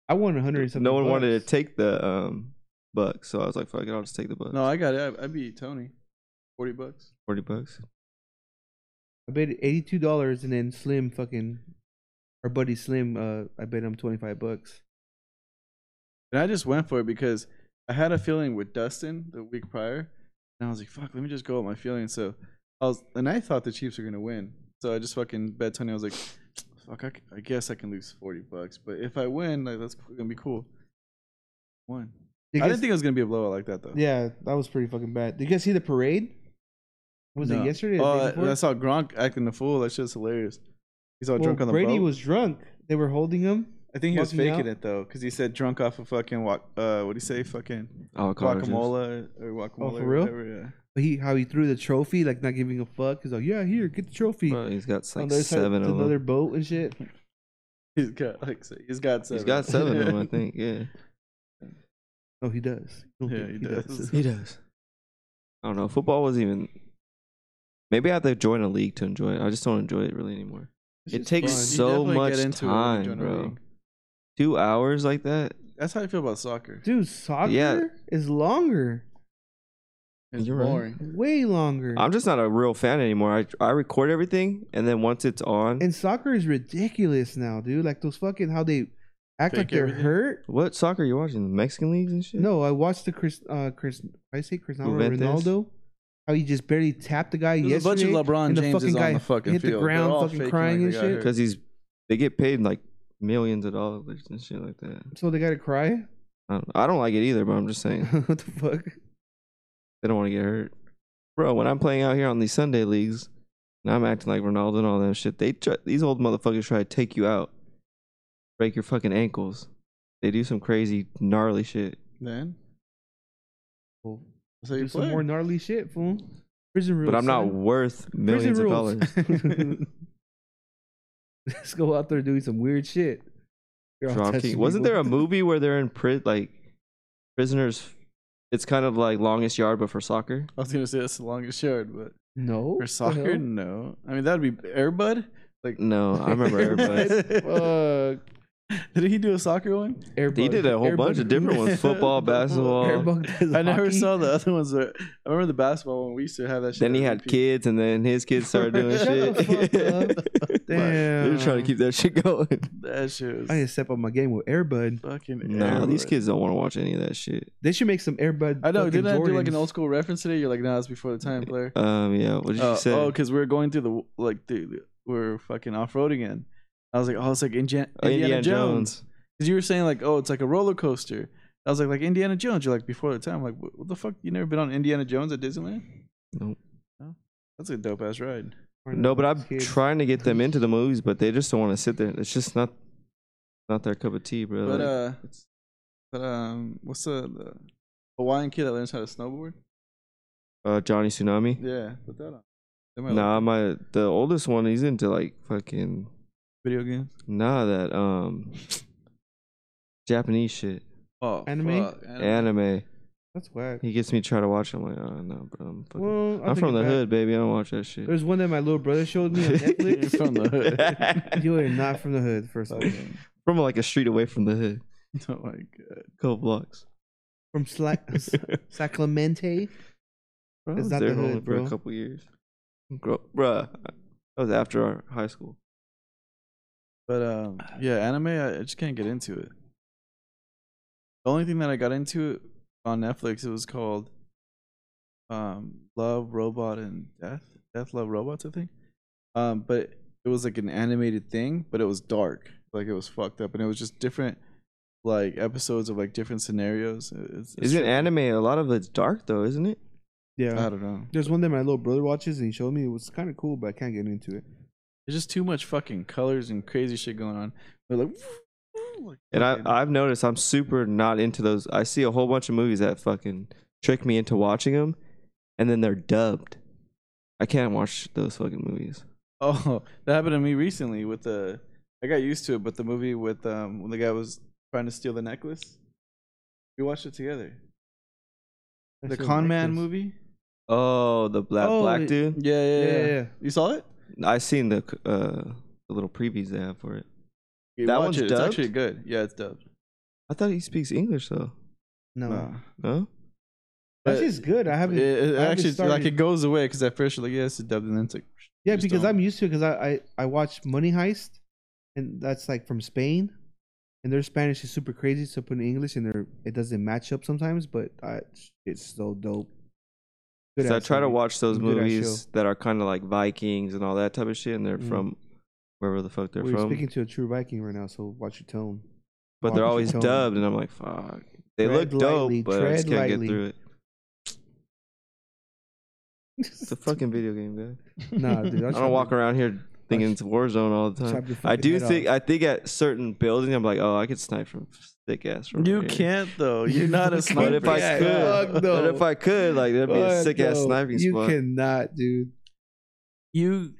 I won a hundred and something. No one wanted to bucks. take the um buck, so I was like, "Fuck it, I'll just take the buck." No, I got it. I, I beat Tony. Forty bucks. forty bucks. I bet eighty-two dollars, and then Slim fucking our buddy Slim. Uh, I bet him twenty-five bucks. And I just went for it because I had a feeling with Dustin the week prior, and I was like, "Fuck, let me just go with my feeling." So I was, and I thought the Chiefs were gonna win. So I just fucking bet Tony. I was like, "Fuck, I, c- I guess I can lose forty bucks, but if I win, like that's gonna be cool." One. I Did you guys- didn't think it was gonna be a blowout like that though. Yeah, that was pretty fucking bad. Did you guys see the parade? Was No. it yesterday? or the day Oh, before? I saw Gronk acting a fool. That shit's hilarious. He's all Well, drunk on the Brady boat. was drunk. They were holding him. I think he was walking faking out. it though, because he said drunk off of fucking wa- uh, what do you say, fucking Avocado juice. guacamole or guacamole. Oh, for or real? whatever, yeah. But he how he threw the trophy, like not giving a fuck. He's like, yeah, here, get the trophy. Well, he's got On like the other side, seven to of them. another boat and shit. He's got like se- he's got seven. He's got seven of *laughs* them, *laughs* I think. Yeah, Oh, he does. You don't Yeah, think he does. he does. I don't know. Football was even. Maybe I have to join a league to enjoy it. I just don't enjoy it really anymore. It's It just takes fun. so definitely much get into it when you time, join a bro. league. Two hours like that, That's how I feel about soccer. *laughs* Dude, soccer Yeah. is longer, It's You're right. boring. way longer. I'm just not a real fan anymore. I I record everything, and then once it's on, and soccer is ridiculous now, dude. Like those fucking how they act Fake like they're everything. hurt. what soccer are you watching? The Mexican leagues and shit. No, I watched the Chris, uh, Chris, I say Cristiano Juventus? Ronaldo. How he just barely tapped the guy There's a bunch yesterday. of LeBron and the Jameses fucking on guy the fucking hit the field. They're ground, all fucking faking crying like they and got shit. hurt. because he's they get paid like millions of dollars and shit like that. So they got to cry. *laughs* I don't, I don't like it either, but I'm just saying *laughs* what the fuck? they don't want to get hurt, bro. When I'm playing out here on these Sunday leagues, and I'm acting like Ronaldo and all that shit, they try, these old motherfuckers try to take you out, break your fucking ankles. They do some crazy gnarly shit. Then Well, that's how you do some play. *laughs* more gnarly shit, fool. Prison rules. But I'm not son. worth millions of *laughs* dollars. rules. Let's go out there doing some weird shit. You're all Dropkick. touching Wasn't there people. a movie where they're in prison, like prisoners? It's kind of like longest yard, but for soccer. I was gonna say that's the longest yard, but No. for the soccer, hell? no. I mean that'd be Airbud. Like No, *laughs* I *laughs* remember everybody. Fuck. *laughs* Did he do a soccer one? Airbud. He did a whole Airbud. bunch of different *laughs* ones: football, basketball. *laughs* Airbud does I never hockey. saw the other ones. That, I remember the basketball one. We used to have that shit. Then he on had repeat. kids, and then his kids started doing Shut the shit. fuck up. *laughs* They're Damn. just trying to keep that shit going. That shit was I need to step up my game with Airbud. fucking. No, these Airbud. kids don't want to watch any of that shit. They should make some Airbud. I know. fucking Didn't I do like an Jordans. old school reference today? You're like, nah, it's before the time, player. Um, yeah. What did you Uh, say? oh, because we're going through the like, dude, we're fucking off road again. I was like, oh, it's like Inja- Oh, Indiana, Jones. Because you were saying like, oh, it's like a roller coaster. I was like, like Indiana Jones. You're like before the time. I'm like, what, what the fuck? You never been on Indiana Jones at Disneyland? Nope. No? That's a dope ass ride. Or No, but I'm kids. trying to get them into the movies, but they just don't want to sit there. It's just not, not their cup of tea, bro. But Like, uh, it's- but um, what's the, the Hawaiian kid that learns how to snowboard? uh, Johnny Tsunami. Yeah, put that on. They might Nah, like my the oldest one, he's into like fucking video games. nah that um *sniffs* Japanese shit, Oh, Anime? fuck, anime. That's whack. He gets me to try to watch. it. I'm like, oh no, bro. I'm, fucking, Well, I'll I'm take from it the back. hood, baby. I don't watch that shit. There's one that my little brother showed *laughs* me on Netflix. From the hood. you are not from the hood, first of all. Okay. *laughs* from like a street away from the hood, oh my god. couple *laughs* blocks. From Sla- *laughs* S- Sacramento. Bro, I It's was not the there hood, only for bro. a couple years. Bro, bruh, that was after our high school. But um, yeah, anime. I, I just can't get into it. The only thing that I got into on Netflix it was called um Love Robot and Death, Death Love Robots, I think. Um, but it was like an animated thing, but it was dark, like it was fucked up, and it was just different like episodes of like different scenarios. It's, it's Is it anime? A lot of it's dark though, isn't it? Yeah. I don't know. There's one that my little brother watches and he showed me. It was kind of cool, but I can't get into it. There's just too much fucking colors and crazy shit going on. They're like, *laughs* like And I, fucking- I've noticed I'm super not into those. I see a whole bunch of movies that fucking trick me into watching them, and then they're dubbed. I can't watch those fucking movies. Oh, *laughs* that happened to me recently with the. I got used to it, but the movie with um when the guy was trying to steal the necklace, we watched it together. The Con Man movie. Oh, the black Oh, black it- dude. Yeah, Yeah, yeah, yeah. yeah, yeah. You saw it? I seen the uh the little previews they have for it. Yeah, That watch one's it. It's dubbed? actually good. Yeah, it's dubbed. I thought he speaks English though. No, Nah. No, that's just good. Oh. I haven't. It, it I haven't actually like started- it goes away because at first you're like, yeah, it's dubbed, and then it's like, yeah, just because don't. I'm used to it because I, I I watched Money Heist, and that's like from Spain, and their Spanish is super crazy. So put in English and their it doesn't match up sometimes, but I, it's so dope. Good so I ass try to movie. watch those Good ass movies that are kind of like Vikings and all that type of shit, and they're Mhm. from wherever the fuck they're We're from. speaking to a true Viking right now, so watch *laughs* your tone. but they're Watch always your tone. dubbed, and I'm like, fuck. They Tread look dope, lightly, but I just tread can't lightly. get through it. It's a fucking video game, *laughs* guy. Nah, dude. I don't walk around here thinking it's Warzone all the time. I do think I think at certain buildings I'm like, oh, I could snipe from thick ass. From you here. can't though. *laughs* You're not a sniper. But if I Yeah, could, fuck, but no. if I could, like that'd be a Fuck sick ass no, sniping you spot. cannot, dude. you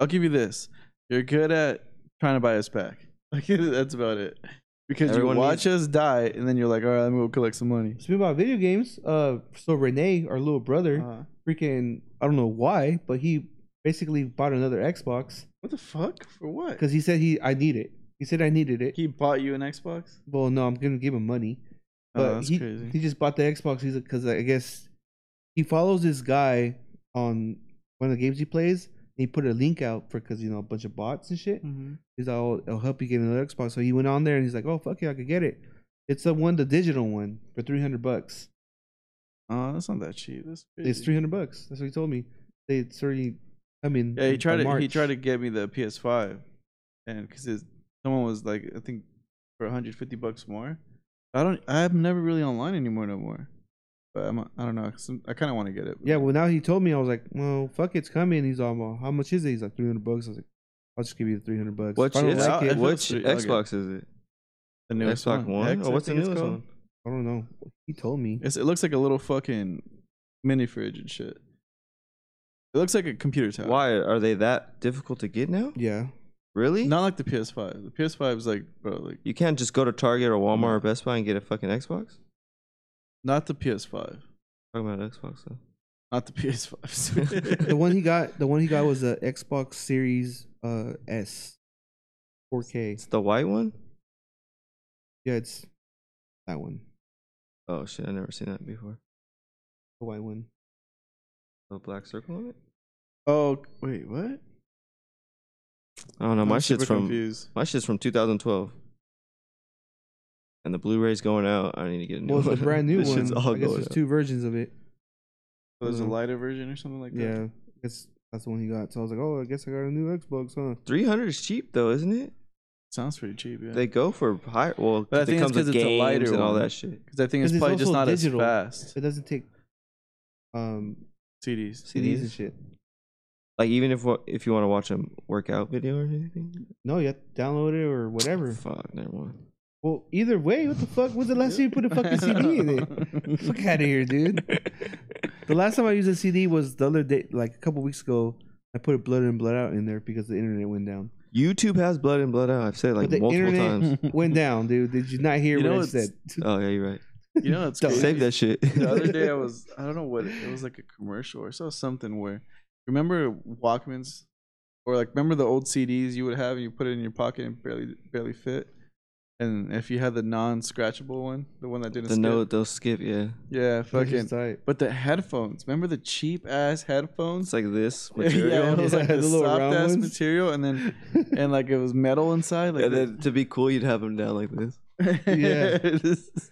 I'll give you this. You're good at trying to buy us back. *laughs* Like that's about it. Because Everyone you watch us die and then you're like, all right, let me go collect some money. Speaking about video games, uh, so Renee, our little brother, Uh. freaking, I don't know why, but he basically bought another Xbox what the fuck? For what? because he said he I need it. He said I needed it. He bought you an Xbox? well, no, I'm gonna give him money. But oh, that's he, crazy. he just bought the Xbox. He's because I guess he follows this guy on one of the games he plays. And he put a link out for because you know a bunch of bots and shit. Mm-hmm. He's like, oh, it'll help you get another Xbox. So he went on there and he's like, oh fuck yeah, I could get it. It's the one, the digital one, for three hundred bucks. Oh, that's not that cheap. That's crazy. Uh, It's three hundred bucks. That's what he told me. They it's already coming. Yeah, he by tried to he March. tried to get me the PS5, and because someone was like, I think for 150 bucks more. I don't. I'm never really online anymore no more. But I'm, I don't know. 'cause I'm- I kind of want to get it. Yeah, well now he told me I was like, well, fuck, it's coming. He's all, well, how much is it? He's like three hundred bucks. I was like, I'll just give you the three hundred bucks. Which If I don't it's- like it, it which feels sweet. I like it. Xbox is it? the newest Xbox one. One? X, oh, I what's the think it's newest called. one? I don't know. He told me. It's, it looks like a little fucking mini fridge and shit. It looks like a computer tower. Why are they that difficult to get now? Yeah. Really? Not like the PS5. The PS5 is like, bro, like You can't just go to Target or Walmart or Best Buy and get a fucking Xbox. not the PS5, Talking about Xbox though. not the *laughs* *laughs* PS5. The one he got, the one he got was the Xbox Series uh, S, 4K. It's the white one. Yeah, it's that one, Oh shit! I never seen that before. the white one. The black circle on it. Oh wait, what? I don't know. My I'm shit's super from confused. my shit's from 2012. And the Blu-ray's going out. I need to get a new Well, *laughs* it's one. a brand new This one. shit's all I guess going there's out. two versions of it. So Oh, there's a Mhm. lighter version or something like that. Yeah, that's that's the one he got. So I was like, oh, I guess I got a new Xbox, huh? 300 is cheap though, isn't it? sounds pretty cheap. Yeah, They go for higher. Well, But I it think it's comes with 'cause it's a games lighter and all one. that shit. because I think it's 'Cause it's probably just also not digital. as fast. It doesn't take um CDs. CDs and shit. Like even if wa- if you want to watch a workout video or anything. No, you have to download it or whatever. Fuck, never mind. Well, either way, what the fuck? When's *laughs* the last time you put a fucking CD *laughs* in it? Fuck out of here, dude. The last time I used a CD was the other day, like a couple weeks ago. I put Blood In Blood Out in there because the internet went down. YouTube has blood and blood out. I've said it like But the multiple internet- times. Went down, dude. Did *laughs* you not hear You know what I what's- said? Oh yeah, you're right. *laughs* You know, it's Don't. crazy. Save that shit. the other day I was I don't know what it was like a commercial or I saw something where remember Walkmans or like remember the old CDs you would have and you put it in your pocket and barely barely fit and if you had the non scratchable one the one that didn't *laughs* the skip, note they'll skip. Yeah, yeah That's fucking just tight. but the headphones remember the cheap ass it's headphones like this *laughs* yeah material. *laughs* it was like Yeah, the, the little soft round ass ones. material and then and like it was metal inside like and then to be cool, you'd have them down like this. Yeah. *laughs* This is-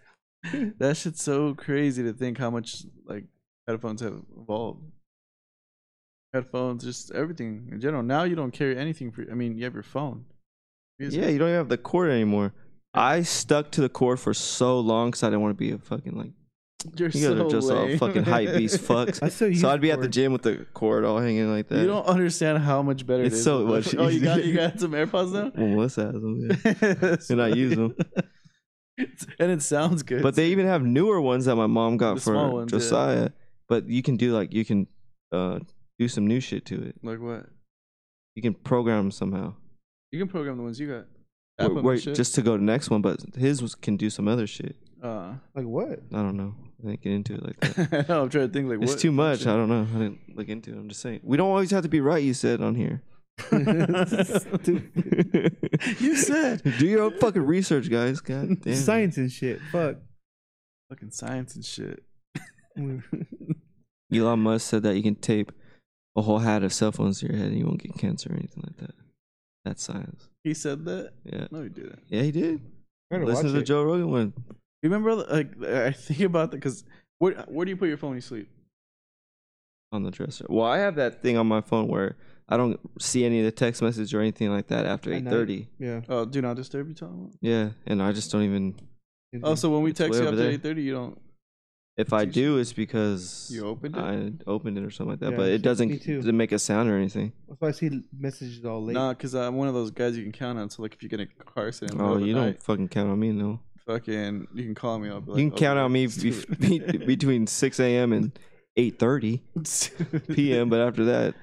that shit's so crazy to think how much like headphones have evolved. Headphones, just everything in general. Now you don't carry anything for. I mean, you have your phone. Music. Yeah, you don't even have the cord anymore. I stuck to the core for so long because I didn't want to be a fucking like You're you guys are just all lame. fucking hype *laughs* beast fucks. *laughs* I still use So I'd be at the cord. gym with the cord all hanging like that. You don't understand how much better It's it is. so *laughs* much oh, you got easier. you got some AirPods *laughs* now. Oh, Well, Melissa has *laughs* them, yeah. and And I *laughs* use them. and it sounds good. But they even have newer ones that my mom got The for small ones, yeah. Josiah. But you can do like you can uh, do some new shit to it. like what? You can program 'em somehow. You can program the ones you got. Wait, App 'em and wait, shit. just to go to next one, but his was, can do some other shit. Uh, *laughs* Like what? I don't know. I didn't get into it like that. no, I'm trying to think like it's what too much. shit. I don't know. I didn't look into it. I'm just saying. We don't always have to be right, you said *laughs* on here. *laughs* You said. *laughs* Do your own fucking research, guys. God damn. Science and shit. Fuck. Fucking science and shit. Elon Musk said that you can tape a whole hat of cell phones to your head and you won't get cancer or anything like that. That's science. He said that. Yeah. No, he didn't. Yeah, he did. I gotta Listen watch to the it. Joe Rogan one. You remember? Like I think about that because where where do you put your phone when you sleep? on the dresser. Well, I have that thing on my phone where I don't see any of the text message or anything like that after At eight night. thirty. Yeah. Oh, do not disturb. You talking about? Yeah, and I just don't even. Oh, so when we Mm-hmm. It's way text you over after there. eight thirty, you don't If I Jeez. do, it's because you opened it. I opened it or something like that. Yeah, but it doesn't me too. doesn't make a sound or anything. that's why I see messages all late. Nah, because I'm one of those guys you can count on. So like, if you get in a car accident, in the Oh, middle of the you don't night, fucking count on me, no. fucking, you can call me. I'll be like, you can "Oh, count yeah, *laughs* on me let's bef- *laughs* do it." be- between six a.m. and eight thirty p.m. But after that,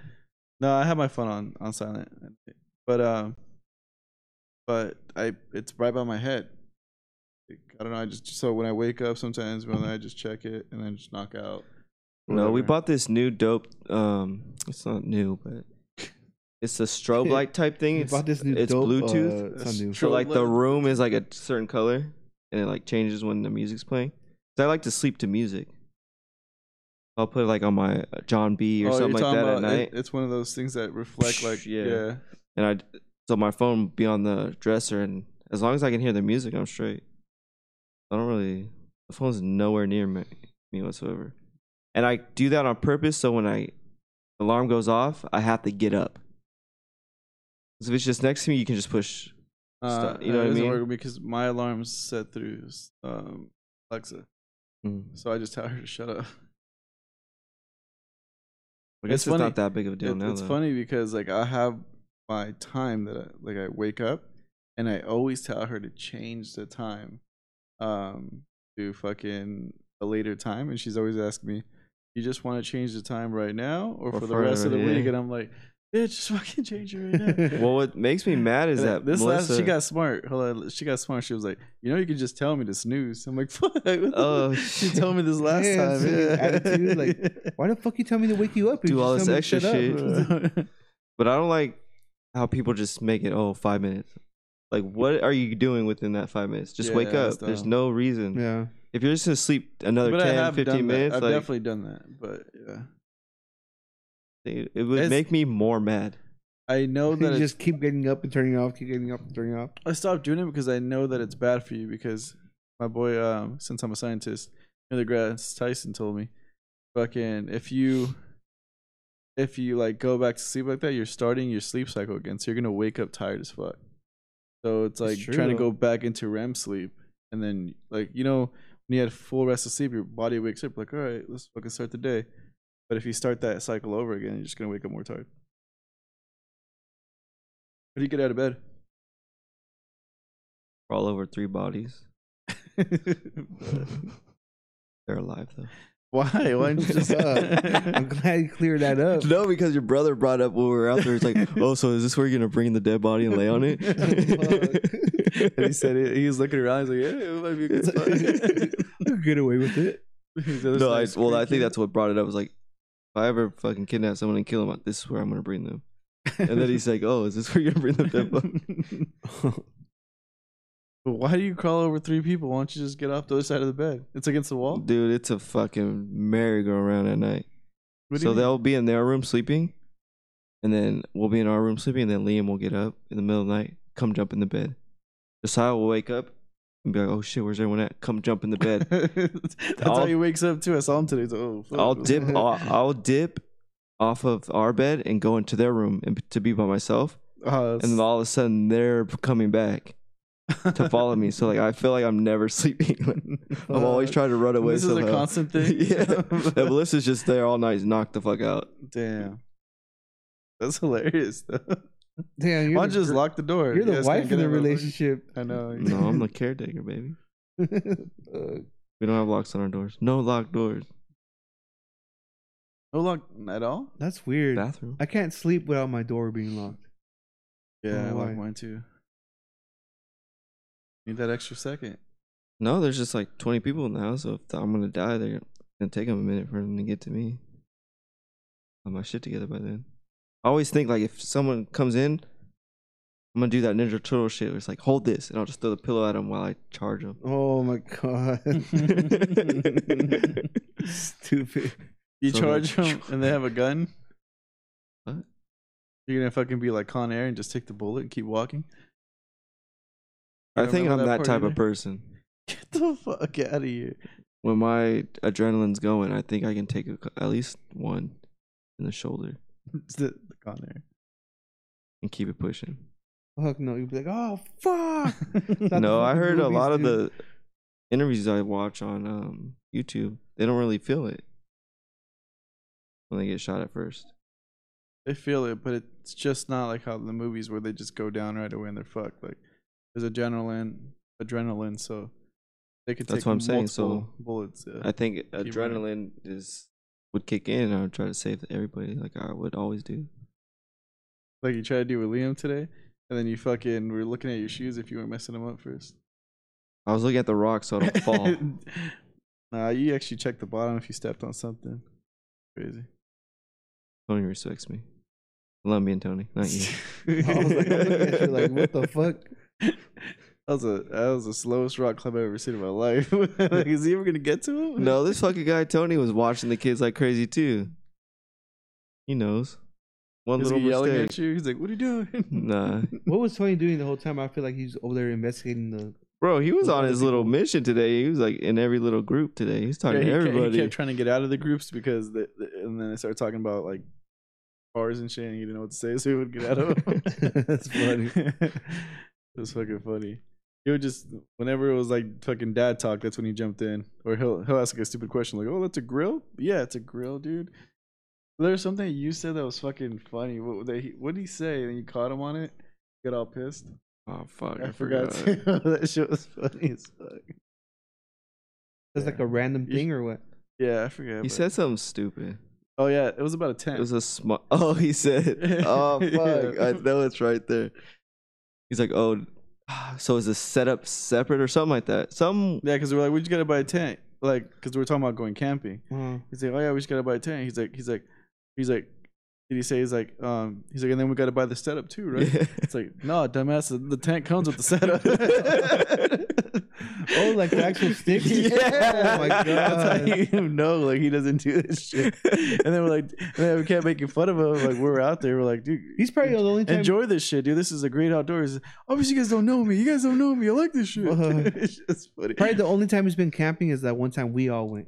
No, I have my phone on on silent, but um, but I it's right by my head. Like, I don't know. I just so when I wake up sometimes, when I just check it and then just knock out. no, we Whatever. bought this new dope. Um, it's not new, but it's a strobe light type thing. You It's bought this new it's dope, Bluetooth. uh, it's not new. So like the Strobe light. room is like a certain color, and it like changes when the music's playing. 'Cause I like to sleep to music. I'll put it like on my uh, John B or Oh, you're something like talking that at about night, It, it's one of those things that reflect like Yeah. yeah. and I d- so my phone would be on the dresser, and as long as I can hear the music, I'm straight. I don't really. The phone's nowhere near me, me whatsoever, and I do that on purpose. So when I alarm goes off, I have to get up. 'Cause if it's just next to me, you can just push. Uh, Stop- you know what I it doesn't mean? work because my alarm's set through um, Alexa, Hmm. so I just tell her to shut up. I It's guess it's, funny. not that big of a deal It- now. it's though. funny because like I have my time that I, like I wake up, and I always tell her to change the time, um, to fucking a later time, and she's always asking me, "You just want to change the time right now, or, Or for the rest of the forever, yeah. week?" And I'm like, "Bitch, just fucking change it right now." *laughs* Well, what makes me mad is And I- *laughs* that this Melissa, last she got smart. Hold on, she got smart. She was like, "You know, you can just tell me to snooze." I'm like, *laughs* "Fuck." what the Oh, fuck?" she told me this last Yeah, time. so your yeah. attitude, like, Why the fuck you tell me to wake you up? if Do you all just this tell me to extra shut up? shit. *laughs* but I don't like how people just make it. Oh, five minutes. Like, what are you doing within that five minutes? Just wake Yeah, up. that's There's dumb. no *laughs* reason. *laughs* Yeah. If you're just gonna sleep another but I ten, have done fifteen 10, 15 that. minutes, I've like, definitely done that, but yeah, it it would It's- make me more mad. I *laughs* know that You it's- just keep getting up and turning off, keep getting up and turning off. I stopped doing it because I know that it's bad for you. Because my boy, um, since I'm a scientist, Neil deGrasse Tyson told me, fucking, if you, if you like go back to sleep like that, you're starting your sleep cycle again. So you're gonna wake up tired as fuck. So it's like It's trying to go true. back into REM sleep, and then like you know when you had full rest of sleep, your body wakes up like, all right, let's fucking start the day. But if you start that cycle over again, you're just gonna wake up more tired. How do you get out of bed? We're all over three bodies. They're alive though. *laughs* Why? Why don't you just? *laughs* *laughs* I'm glad you cleared that Uh, up. No, because your brother brought up when we were out there. It's like, oh, so is this where you're gonna bring the dead body and lay on *laughs* it? Fuck. and he said it, he was looking around. He's like, "Yeah, it might be a *laughs* good *laughs* spot." Get away *laughs* with it. His other No, I, side's well, I think creaking. that's what brought it up. Was like, if I ever fucking kidnap someone and kill them, this is where I'm gonna bring them. And *laughs* then he's like, "Oh, is this where you're gonna bring the dead body?" But why do you crawl over three people? Why don't you just get off the other side of the bed? It's against the wall. Dude, it's a fucking merry-go-round at night. What do so you mean? they'll be in their room sleeping, and then we'll be in our room sleeping, and then Liam will get up in the middle of the night, come jump in the bed. Josiah will wake up and be like, "Oh shit, where's everyone at? Come jump in the *laughs* bed." *laughs* that's how I'll- he wakes up too. I saw him today. He's like, oh, fuck, I'll what's *laughs* dip. going I'll, on?" I'll dip off of our bed and go into their room and to be by myself. Oh, that's- and then all of a sudden they're coming back. to follow me. So like I feel like I'm never *laughs* sleeping. I'm always trying to run away. This is a somehow. *laughs* constant thing. *laughs* yeah. yeah, Melissa's just there all night, knocked the fuck out. Damn. That's hilarious. Though. Damn, you're Why the don't you just gr- lock the door? You're You the guys can't wife get in the in, motherfucker. relationship. I know. No, I'm the caretaker, baby. *laughs* Fuck. We don't have locks on our doors. No locked doors. No lock at all? That's weird. Bathroom. I can't sleep without my door being locked. Yeah, I Oh, lock why? mine too. Need that extra second. No, there's just like 20 people in the house. So if I'm gonna die, they're gonna take them a minute for them to get to me. Have my shit together by then. I always think like if someone comes in, I'm gonna do that Ninja Turtle shit. Where it's like hold this, and I'll just throw the pillow at them while I charge them. Oh *laughs* my god. Stupid. You So charge they're- them and they have a gun. What? You're gonna fucking be like Con Air and just take the bullet and keep walking. *laughs* You I don't think I'm remember that part type of either? person. Get the fuck out of here. When my adrenaline's going, I think I can take a, cou- at least one in the shoulder It's the, the Con Air. and keep it pushing. Fuck no. You'd be like, oh *laughs* fuck. Not the no, I fucking heard a movies, lot of dude. the interviews I watch on um, YouTube, they don't really feel it when they get shot at first. They feel it, but it's just not like how the movies where they just go down right away and they're fucked. Like there's adrenaline, adrenaline, so they could That's take what I'm saying, so multiple bullets. Yeah. I think running. adrenaline is would kick in. and I would try to save everybody, like I would always do. like you tried to do with Liam today, and then you fucking were looking at your shoes if you were messing them up first. I was looking at the rock so I *laughs* don't *laughs* fall. nah, you actually checked the bottom if you stepped on something. Crazy. Tony respects me. Love me and Tony, *laughs* not you. *laughs* I was like, I'm looking at you like, what *laughs* the fuck? That was a that was the slowest rock climb I've ever seen in my life. *laughs* like, is he ever gonna get to him? No, this fucking guy Tony was watching the kids like crazy too. He knows. One Is little he yelling mistake. at you? He's like, "What are you doing?" *laughs* Nah. What was Tony doing the whole time? I feel like he's over there investigating the. Bro, he was With on other his little mission today. He was like in every little group today. He was Yeah, talking he, to kept, he everybody. *laughs* kept trying to get out of the groups because, the, the- and then they started talking about like cars and shit, and he didn't know what to say, so he would get out *laughs* of them. *laughs* *laughs* That's funny. it was fucking funny. He would just whenever it was like fucking dad talk, that's when he jumped in. Or he'll he'll ask like a stupid question like, "Oh, that's a grill? Yeah, it's a grill, dude." There was something you said that was fucking funny. What they, what did he say? And you caught him on it. Get all pissed. oh fuck, I, forgot. *laughs* that shit was funny as fuck. That's like a random You- thing or what? Yeah, I forgot. *laughs* He but- said something stupid. "Oh yeah, it was about a tent." It was a smart. *laughs* Oh, *laughs* he said. Oh fuck, Yeah. I know it's right there. He's like, oh, *sighs* so is the setup separate or something like that? Some Yeah, because we're like, we just gotta buy a tent, like, because we're talking about going camping. Uh, He's like, oh yeah, we just gotta buy a tent. He's like, he's like, he's like, did he say? He's like, um, he's like, and then we gotta buy the setup too, right? *laughs* It's like, no, dumbass, the- the tent comes with the *laughs* setup. Oh, like the actual *laughs* *laughs* sticks? Yeah. Oh my *laughs* That's how God. you know, like he doesn't do *laughs* this shit. And then we're like, and then we kept making fun of him. Like we were out there, we're like, dude, he's probably the only *laughs* time. enjoy this shit, dude. This is a great outdoors. Obviously, you guys don't know me. You guys don't know me. I like this shit. Uh, *laughs* it's just funny. probably the only time he's been camping is that one time we all went.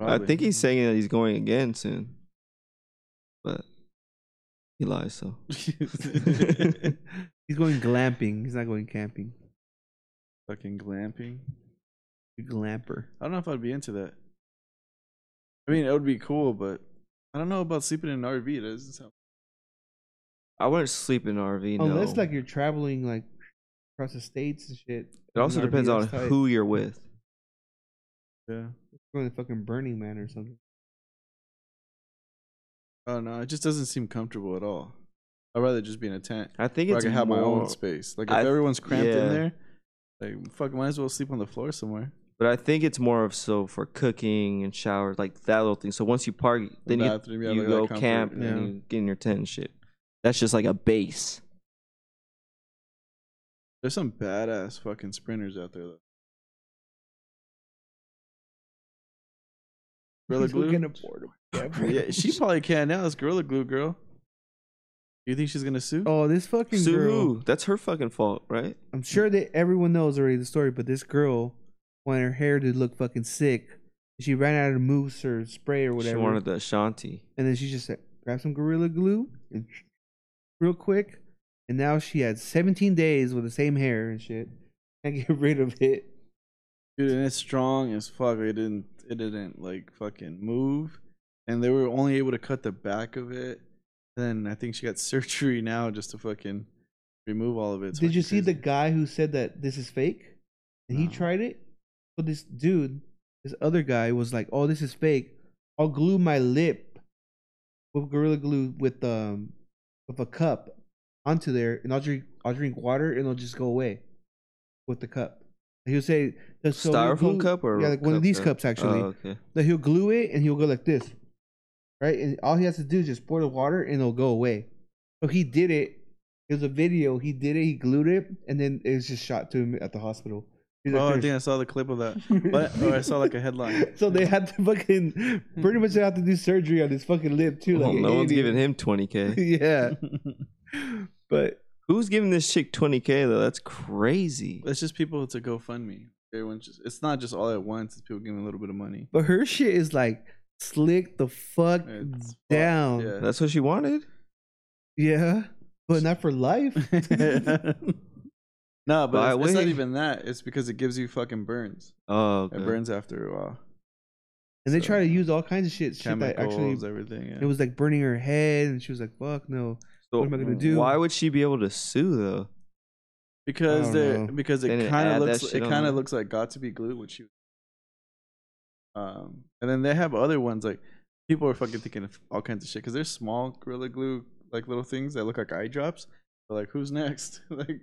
I think he's *laughs* saying that he's going again soon, but he lies. So He's going glamping. He's not going camping. fucking glamping. He's a glamper. I don't know if I'd be into that. I mean, it would be cool, but I don't know about sleeping in an RV. That doesn't sound. I wouldn't sleep in an RV. Unless no. like you're traveling like across the states and shit. It also An RV, depends on that's tight. who you're with. Yeah. Going to fucking Burning Man or something. I don't know. It just doesn't seem comfortable at all. I'd rather just be in a tent I think where I it's can have my own more- space. Like if I- everyone's cramped in yeah. there, like fuck, might as well sleep on the floor somewhere. But I think it's more of so for cooking and showers, like that little thing. So once you park, The then you, bathroom, yeah, you like that go comfort, camp and then yeah. you get in your tent and shit. That's just like a base. There's some badass fucking sprinters out there though. *laughs* Gorilla He's looking glue. at portable Yeah, she probably can now. That's gorilla glue, girl. Do you think she's gonna sue? Oh, this fucking Sue girl. who? That's her fucking fault, right? I'm sure that everyone knows already the story, but this girl wanted her hair to look fucking sick. She ran out of mousse or spray or whatever. She wanted the Ashanti. and then she just said, grab some Gorilla Glue and real quick. And now she had 17 days with the same hair and shit. *laughs* Can't get rid of it. Dude, and it's strong as fuck. It didn't it didn't like fucking move. And they were only able to cut the back of it. And then I think she got *laughs* surgery now just to fucking remove all of it. It's Did you fucking see the crazy. guy who said that this is fake? And he No. tried it. But this dude, this other guy, was like, "Oh, this is fake. I'll glue my lip with gorilla glue with um with a cup onto there, and I'll drink I'll drink water, and it'll just go away with the cup." And he'll say, "The- so we'll Styrofoam glue- cup or yeah, like one of cup these that- cups actually." Oh, okay. that he'll glue it and he'll go like this, right? And all he has to do is just pour the water and it'll go away. So he did it. It was a video. He did it. He glued it, and then it was just shot to him at the hospital. He's like, Oh, I "Here." think I saw the clip of *laughs* that. But or I saw like a headline. so they had to fucking pretty much they had to do surgery on his fucking lip too. Well, like an Oh, no one's idiot. giving him *laughs* 20k. yeah, *laughs* but Who's giving this chick 20k though? That's crazy. *laughs* it's just people to GoFundMe. Everyone's just it's not just all at once, it's people giving a little bit of money. *laughs* but her shit is like slick the fuck It's fucked, down. Yeah. Yeah. That's what she wanted. but not for *laughs* life. no, but By it's, it's not way- even that. It's because it gives you fucking burns. Oh, It okay. burns after a while. And they try to So, use all kinds of shit. Shit that actually Chemicals, everything. Yeah. It was like burning her head, and she was like, "Fuck no." So what am I gonna do? Why would she be able to sue though? because I don't they know. because They it didn't kind of add that looks shit it on kind there. of looks like got to be glued when she um and then they have other ones like people are fucking thinking of all kinds of shit because there's small gorilla glue like little things that look like eye drops but like who's next *laughs* like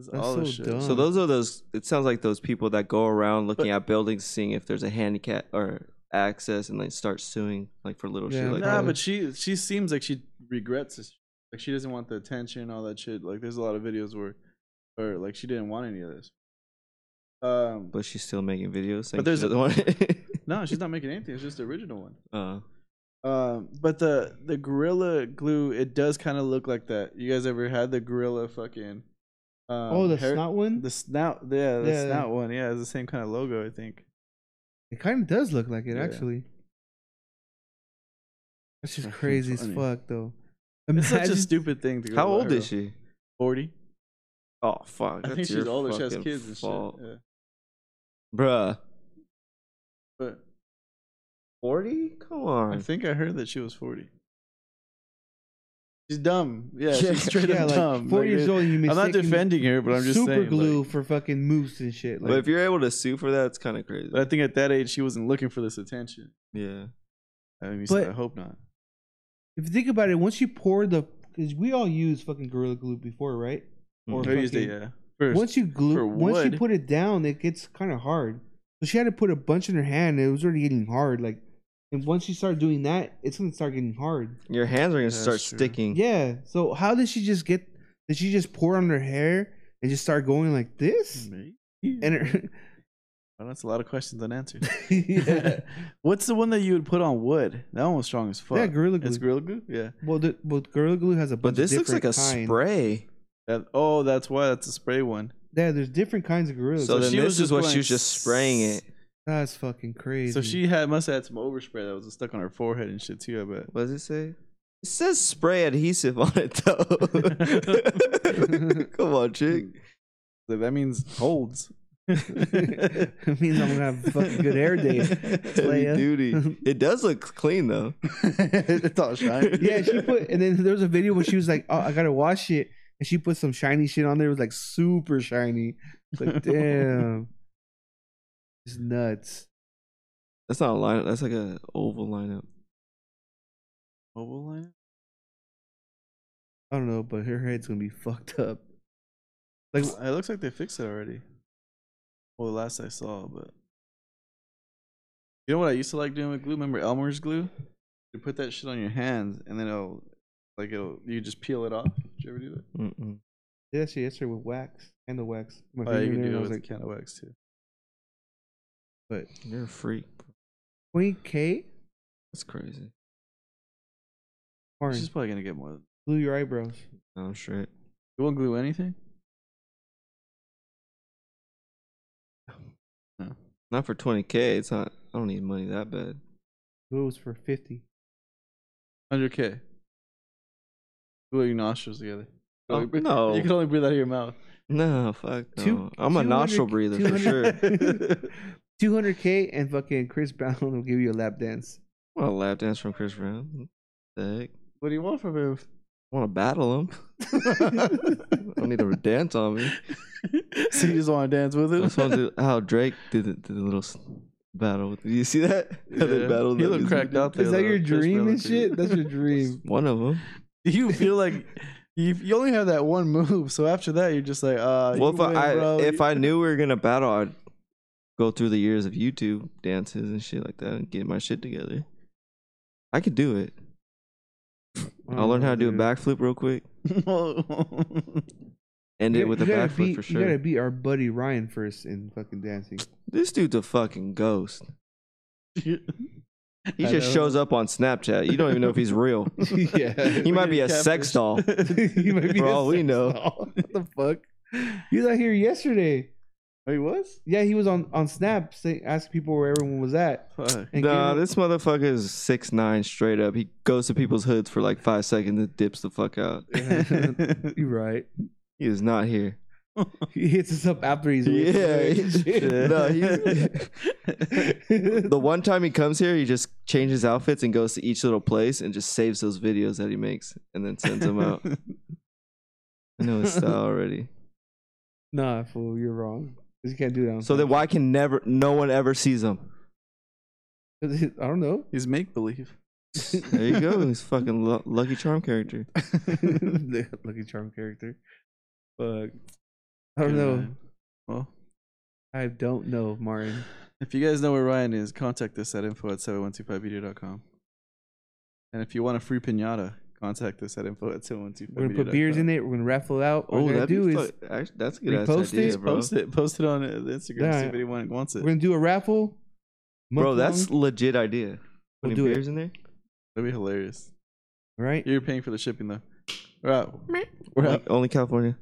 it's That's all this so shit dumb. So Oh. those are those. It sounds like those people that go around looking at buildings, seeing if there's a handicap or access, and like start suing like for little Yeah, shit like nah that. but she she seems like she regrets this like she doesn't want the attention and all that shit like there's a lot of videos where or like she didn't want any of this um But she's still making videos. Saying But there's she a- doesn't *laughs* want it. no she's not making anything it's just the original one uh, Um, but the the gorilla glue, it does kind of look like that. You guys ever had the gorilla fucking? Um, oh, the hair- snot one. The snout, yeah, the Yeah. snout one, yeah, it's the same kind of logo, I think. it kind of does look like it, Yeah. actually. That's just Fucking crazy as funny. fuck, though. It's such a Imagine- stupid thing to go. how old viral. is she? Forty. Oh fuck! I think that's she's your older. She has fucking kids and fault. shit. Yeah. bruh. But Forty? Come I on. think I heard that she was forty. She's dumb. Yeah, Yeah. she's straight *laughs* *laughs* Yeah, up like dumb. four Like, years it- old. And you I'm not mistaken defending her, but I'm just super saying. like, glue for fucking moose and shit. but Like, if you're able to sue for that, it's kind of crazy. I think at that age she wasn't looking for this attention. yeah. I mean, so But- I hope not. if you think about it, once you pour the, because we all use fucking gorilla glue before, right? Or Hmm. I used it, fucking- yeah. First. Once you glue, for once you wood. put it down, it gets kind of hard. So she had to put a bunch in her hand. And it was already getting hard. Like, and once you start doing that, it's gonna start getting hard. Your hands are gonna That's start true. sticking. Yeah. So how did she just get? Did she just pour on her hair and just start going like this? Me? And her, *laughs* Well, that's a lot of questions unanswered. *laughs* *laughs* yeah, What's the one that you would put on wood? That one was strong as fuck. yeah, gorilla glue. It's gorilla glue. Yeah. well, the, well, gorilla glue has a But bunch. this of looks like a kind. spray. That, oh, that's why that's a spray one. Yeah, there's different kinds of gorilla. So So glue. then she was this is just what going she was just spraying it. That's fucking crazy. So *laughs* she *laughs* had must have had some overspray that was stuck on her forehead and shit too. I bet. What does it say? It says spray adhesive on it *laughs* though. *laughs* Come on, chick. So that means *laughs* holds. *laughs* It means I'm gonna have a fucking good hair day, *laughs* Heavy playa. *laughs* duty. It does look clean though. *laughs* it's all shiny. Yeah, she put. And then there was a video where she was like, "Oh, I gotta wash it," and she put some shiny shit on there. It was like super shiny. It's like, damn, it's nuts. That's not a lineup. That's like a oval lineup. Mobile line? I don't know, but her head's gonna be fucked up. Like it looks like they fixed it already. Well, the last I saw, but you know what I used to like doing with glue? Remember Elmer's glue? You put that shit on your hands, and then it'll like it'll you just peel it off. Did you ever do that? Mm-mm. Did that shit yesterday with wax and the wax. My Oh, yeah, you can fingernail, do I it was with a like, can of wax too. You're a freak. bro. Queen K, That's crazy. She's orange, probably gonna get more. Than glue your eyebrows. I'm sure. it- you won't glue anything. No. Not for 20k. It's not. I don't need money that bad. Glue was for fifty. Hundred K. Glue your nostrils together. Oh, You can only breathe- no. Oh, *laughs* You can only breathe out of your mouth. No, fuck. No. Two- I'm a 200 nostril breather for *laughs* sure. 200 200k and fucking Chris Brown *laughs* will give you a lap dance. I want a lap dance from Chris Brown. What the heck? What do you want from him? *laughs* I want to battle him. I need to *laughs* dance on me. so you just want to dance with him? *laughs* That's what did- how Drake did the, did the little s- battle. With, did you see that? *laughs* How they Yeah. battled He that looked music cracked video? out there. Is that your though. Chris dream Brown and looked good. *laughs* *laughs* shit? That's your dream. One of them. Do you feel like *laughs* you, you only have that one move? So after that, you're just like, uh, well, you if win, I bro. *laughs* if I knew we were gonna battle, I'd go through the years of YouTube dances and shit like that and get my shit together. I could do it. I learned how to Oh, Mm-hmm. do a backflip real quick. End it with a gotta backflip beat- for You sure. gotta beat our buddy Ryan first in *laughs* fucking dancing. *laughs* This dude's a fucking ghost. *laughs* He I just know. shows up on Snapchat. You don't even know if he's real. yeah. He might be a sex doll. *laughs* *laughs* he might be For a all we sex know. doll. *laughs* what the fuck? He was out here yesterday. Oh, he was? Yeah, he was on on Snap saying, asking people where everyone was at. Fuck. *laughs* And Nah, gave- this motherfucker is six nine straight up. He goes to people's hoods for like five seconds and dips the fuck out. *laughs* *laughs* *laughs* You're right. He is not here. He hits us up after he's *laughs* awake. Yeah, *laughs* he- no, he's- The one time he *laughs* comes here, he just changes outfits and goes to each little place and just saves those videos that he makes and then sends them out. I know his style already. nah, fool, you're wrong. 'Cause you can't do that. on So then Snap. why can never no one ever sees him? 'Cause it- *laughs* I don't know. He's make believe. There you *laughs* go. He's fucking lu- Lucky Charm character. Lucky Charm character. Fuck. I don't know. Well, I don't know, Martin. if you guys know where Ryan is, contact us at info at 7125media.com. And if you want a free pinata, contact us at info at 7125 We're gonna put beers in it. We're gonna raffle it out. All we're gonna that'd be do is fu- actually, that's a good ass repost idea, it, bro. Post it. Post it on uh, Instagram. Yeah. See if anyone wants it. we're gonna do a raffle. Bro, month that's long, legit idea. We'll Putting do it. beers in there. That'd be hilarious. right. You're paying for the shipping though. We're out. We're out. Only California.